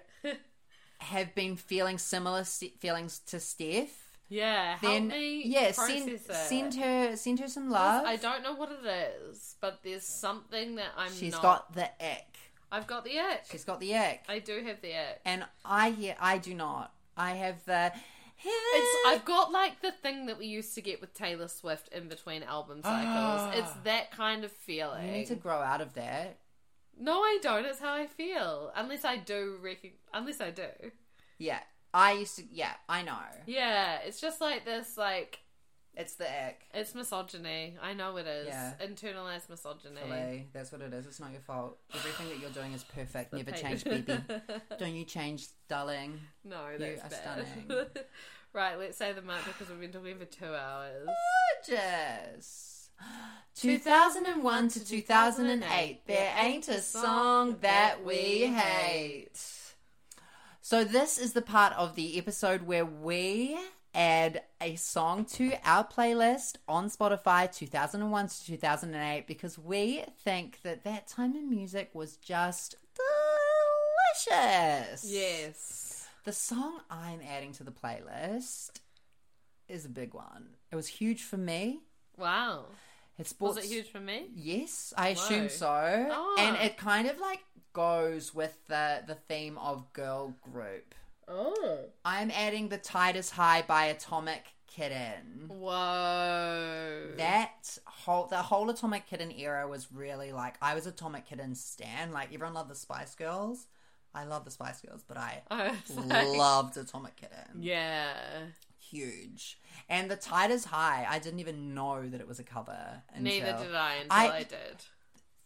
Speaker 3: have been feeling similar st- feelings to Steph,
Speaker 2: Yeah. Help
Speaker 3: then
Speaker 2: me.
Speaker 3: yeah,
Speaker 2: process
Speaker 3: send
Speaker 2: it.
Speaker 3: send her send her some love.
Speaker 2: I don't know what it is, but there's something that I'm
Speaker 3: She's
Speaker 2: not.
Speaker 3: got the ick.
Speaker 2: I've got the ick.
Speaker 3: She's got the ick,
Speaker 2: I do have the ick.
Speaker 3: and I hear I do not. I have the.
Speaker 2: It's I've got like the thing that we used to get with Taylor Swift in between album cycles. it's that kind of feeling.
Speaker 3: Ah. you need to grow out of that.
Speaker 2: No, I don't. It's how I feel. Unless I do recognize. Unless I do.
Speaker 3: Yeah, I used to. Yeah, I know.
Speaker 2: Yeah, it's just like this. Like
Speaker 3: It's the ick.
Speaker 2: it's misogyny. I know it is
Speaker 3: Yeah.
Speaker 2: internalized misogyny.
Speaker 3: Filet. That's what it is. It's not your fault. Everything that you're doing is perfect. Never
Speaker 2: pain.
Speaker 3: change, baby. Don't you change, darling.
Speaker 2: No,
Speaker 3: You
Speaker 2: that's
Speaker 3: are
Speaker 2: bad.
Speaker 3: stunning.
Speaker 2: right, let's say the month because we've been talking for two hours.
Speaker 3: Gorgeous. 2001 to 2008, there ain't a song that we hate. So, this is the part of the episode where we add a song to our playlist on Spotify 2001 to 2008 because we think that that time in music was just delicious.
Speaker 2: Yes.
Speaker 3: The song I'm adding to the playlist is a big one. It was huge for me.
Speaker 2: Wow.
Speaker 3: It's sports.
Speaker 2: Was it huge for me?
Speaker 3: Yes, I assume
Speaker 2: Whoa.
Speaker 3: so.
Speaker 2: Ah.
Speaker 3: And it kind of like goes with the the theme of girl group.
Speaker 2: Oh.
Speaker 3: I'm adding the Titus High by Atomic Kitten.
Speaker 2: Whoa.
Speaker 3: That whole the whole Atomic Kitten era was really like I was Atomic Kitten stan. Like everyone loved the Spice Girls. I love the Spice Girls, but I
Speaker 2: I was like-
Speaker 3: loved Atomic Kitten.
Speaker 2: Yeah.
Speaker 3: Huge. And the Tide is High. I didn't even know that it was a cover. Until...
Speaker 2: Neither did I until
Speaker 3: I-
Speaker 2: I did.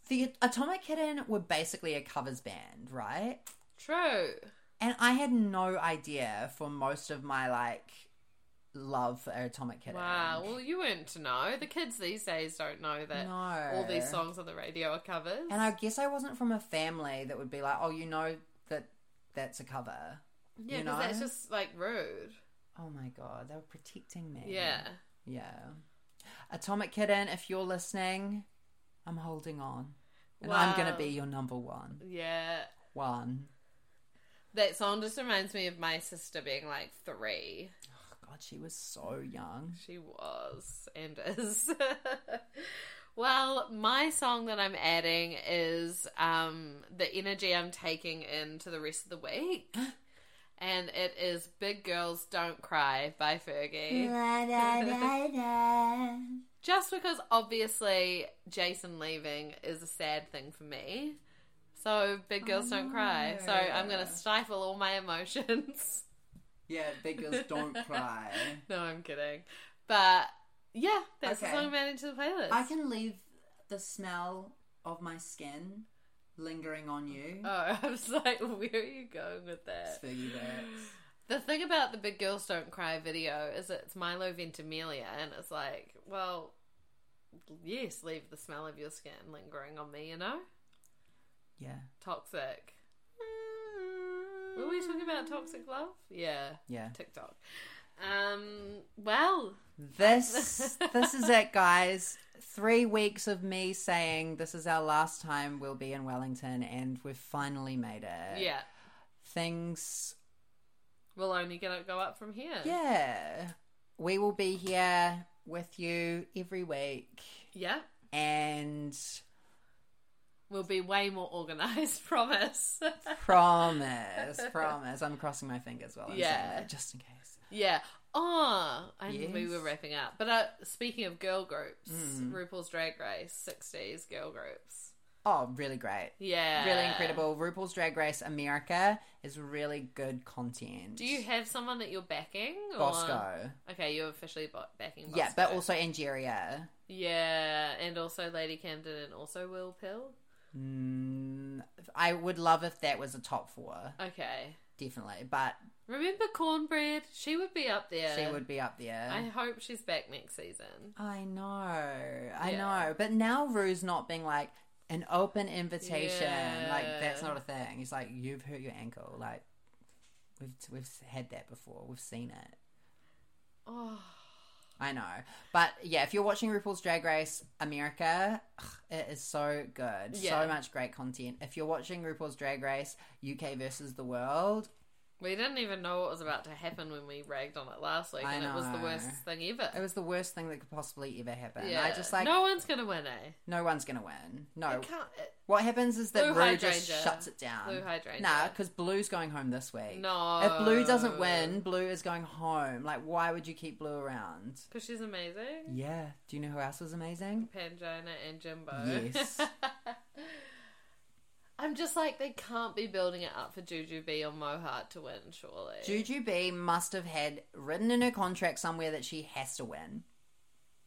Speaker 3: The Atomic Kitten were basically a covers band, right?
Speaker 2: True.
Speaker 3: And I had no idea for most of my like love for Atomic Kitten.
Speaker 2: Wow. Well, you weren't to know. The kids these days don't know that
Speaker 3: No.
Speaker 2: all these songs on the radio are covers.
Speaker 3: And I guess I wasn't from a family that would be like, oh, you know that that's a cover.
Speaker 2: yeah,
Speaker 3: you
Speaker 2: because that's
Speaker 3: know?
Speaker 2: just like rude.
Speaker 3: Oh my god, they were protecting me.
Speaker 2: Yeah.
Speaker 3: Yeah. Atomic Kitten, if you're listening, I'm holding on. And I'm going to
Speaker 2: Wow.
Speaker 3: be your number one.
Speaker 2: Yeah.
Speaker 3: One.
Speaker 2: That song just reminds me of my sister being like three.
Speaker 3: Oh, god, she was so young.
Speaker 2: She was and is. well, my song that I'm adding is um, the energy I'm taking into the rest of the week. And it is Big Girls Don't Cry by Fergie. Just because obviously Jason leaving is a sad thing for me. So Big Girls Don't Cry.
Speaker 3: Oh.
Speaker 2: So I'm going to stifle all my emotions.
Speaker 3: Yeah, big girls don't cry.
Speaker 2: no, I'm kidding. But yeah, that's
Speaker 3: Okay.
Speaker 2: the song I'm adding to the playlist.
Speaker 3: I can leave the smell of my skin lingering on you.
Speaker 2: Oh, I was like, where are you going with that?
Speaker 3: Spooky works.
Speaker 2: The thing about the Big Girls Don't Cry video is it's Milo Ventimiglia, and it's like, well, yes, leave the smell of your skin lingering on me, you know?
Speaker 3: Yeah,
Speaker 2: Toxic. Were we talking about toxic love? Yeah,
Speaker 3: yeah.
Speaker 2: TikTok. Um, well,
Speaker 3: This this is it, guys. Three weeks of me saying this is our last time we'll be in Wellington, and we've finally made it.
Speaker 2: yeah,
Speaker 3: Things.
Speaker 2: we'll only gonna go up from here.
Speaker 3: Yeah, we will be here with you every week,
Speaker 2: yeah.
Speaker 3: and
Speaker 2: We'll be way more organized, promise.
Speaker 3: promise, promise. I'm crossing my fingers while I'm saying
Speaker 2: Yeah.
Speaker 3: that, just in case.
Speaker 2: Yeah. Oh, I think we
Speaker 3: Yes. Mm.
Speaker 2: were wrapping up. But uh, speaking of girl groups, RuPaul's Drag Race, 60s girl groups.
Speaker 3: Oh, really great.
Speaker 2: Yeah.
Speaker 3: Really incredible. RuPaul's Drag Race America is really good content.
Speaker 2: Do you have someone that you're backing? Or...
Speaker 3: Bosco?
Speaker 2: Okay, you're officially bo- backing Bosco.
Speaker 3: Yeah, but also Angeria.
Speaker 2: Yeah, and also Lady Camden and also Will Pill.
Speaker 3: Mm, I would love if that was a top four,
Speaker 2: Okay.
Speaker 3: definitely. But
Speaker 2: Remember Cornbread? She would be up there.
Speaker 3: she would be up there.
Speaker 2: I hope she's back next season.
Speaker 3: I know, I
Speaker 2: Yeah.
Speaker 3: know. But now Rue's not being like an open invitation. Like
Speaker 2: Yeah.
Speaker 3: that's not a thing. He's like, you've hurt your ankle. Like we've we've had that before. We've seen it.
Speaker 2: Oh,
Speaker 3: I know. But yeah, if you're watching RuPaul's Drag Race America, ugh, it is so good.
Speaker 2: Yeah.
Speaker 3: So much great content. If you're watching RuPaul's Drag Race UK versus the world,
Speaker 2: we didn't even know what was about to happen when we ragged on it last week,
Speaker 3: I
Speaker 2: and it was the
Speaker 3: know.
Speaker 2: worst thing ever.
Speaker 3: it was the worst thing that could possibly ever happen. I just like
Speaker 2: no
Speaker 3: no,
Speaker 2: one's gonna win, eh?
Speaker 3: one's gonna win. No.
Speaker 2: It can't. It,
Speaker 3: What happens is that
Speaker 2: Blue
Speaker 3: Rue just
Speaker 2: hydrangea.
Speaker 3: shuts it down.
Speaker 2: Blue hydrangea.
Speaker 3: Nah, because Blue's going home this week.
Speaker 2: no.
Speaker 3: If Blue doesn't win, Blue is going home. Like, why would you keep Blue around?
Speaker 2: because she's amazing.
Speaker 3: Yeah. Do you know who else was amazing?
Speaker 2: Pangina and Jimbo.
Speaker 3: Yes.
Speaker 2: I'm just like they can't be building it up for Juju B or Mohart to win. Surely.
Speaker 3: Juju B must have had written in her contract somewhere that she has to win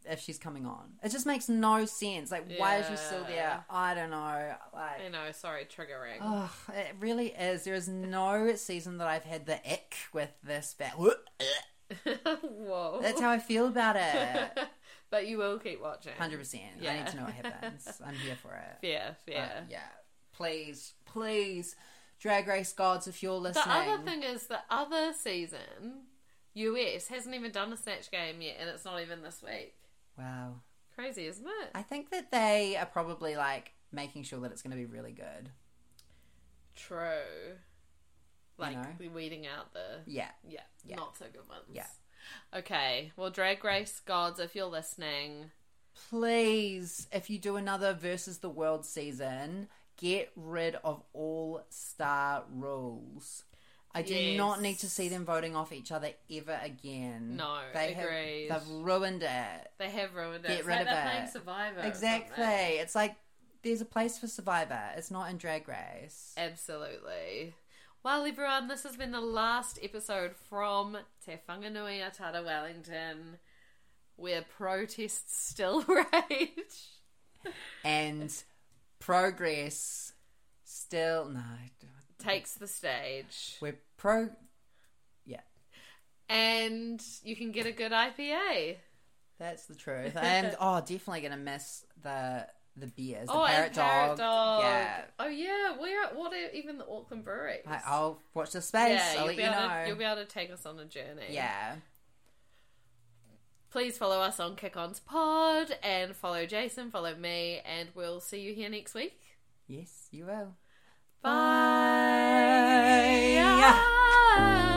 Speaker 3: if she's coming on. It just makes no sense. Like, why is she still there?
Speaker 2: Yeah.
Speaker 3: I don't know. Like,
Speaker 2: I know. Sorry, triggering.
Speaker 3: ugh, it really is. There is no season that I've had the ick with this. Ba-
Speaker 2: Whoa.
Speaker 3: That's how I feel about it.
Speaker 2: but you will keep watching.
Speaker 3: Hundred percent. I
Speaker 2: Yeah.
Speaker 3: need to know what happens. I'm here for it.
Speaker 2: Yeah,
Speaker 3: But,
Speaker 2: yeah.
Speaker 3: Uh, yeah. Please, please, Drag Race gods, if you're
Speaker 2: The
Speaker 3: listening,
Speaker 2: other thing is the other season, US hasn't even done a snatch game yet, and it's not even this week.
Speaker 3: wow.
Speaker 2: Crazy, isn't it?
Speaker 3: I think that they are probably like making sure that it's going to be really good.
Speaker 2: True. Like
Speaker 3: know?
Speaker 2: the weeding out the
Speaker 3: Yeah.
Speaker 2: yeah,
Speaker 3: Yeah.
Speaker 2: not so good ones.
Speaker 3: Yeah.
Speaker 2: Okay. Well, Drag Race gods, if you're listening,
Speaker 3: Please, if you do another versus the world season, get rid of all star rules. I do
Speaker 2: Yes.
Speaker 3: not need to see them voting off each other ever again.
Speaker 2: No,
Speaker 3: Mm. they
Speaker 2: agreed.
Speaker 3: Have, they've ruined it.
Speaker 2: They have ruined it.
Speaker 3: Get
Speaker 2: it's
Speaker 3: rid
Speaker 2: like
Speaker 3: of
Speaker 2: they're
Speaker 3: it.
Speaker 2: playing Survivor. or
Speaker 3: exactly.
Speaker 2: something.
Speaker 3: It's like there's a place for Survivor. It's not in Drag Race.
Speaker 2: Absolutely. Well, everyone, this has been the last episode from Te Whanganui Atara Wellington, where protests still rage.
Speaker 3: And progress still no.
Speaker 2: Takes the stage.
Speaker 3: We're pro. Yeah,
Speaker 2: And you can get a good IPA.
Speaker 3: that's the truth. And oh, definitely gonna miss the the beers. The
Speaker 2: oh,
Speaker 3: parrot,
Speaker 2: and Parrot Dog.
Speaker 3: Yeah.
Speaker 2: Oh, yeah. We're at what are even the Auckland breweries?
Speaker 3: I, I'll watch the space.
Speaker 2: yeah,
Speaker 3: I'll
Speaker 2: you'll
Speaker 3: let
Speaker 2: be,
Speaker 3: oh, you know.
Speaker 2: able to, you'll be able to take us on a journey.
Speaker 3: yeah.
Speaker 2: Please follow us on Kick On's Pod and follow Jason, follow me, and we'll see you here next week.
Speaker 3: Yes, you will.
Speaker 2: Bye.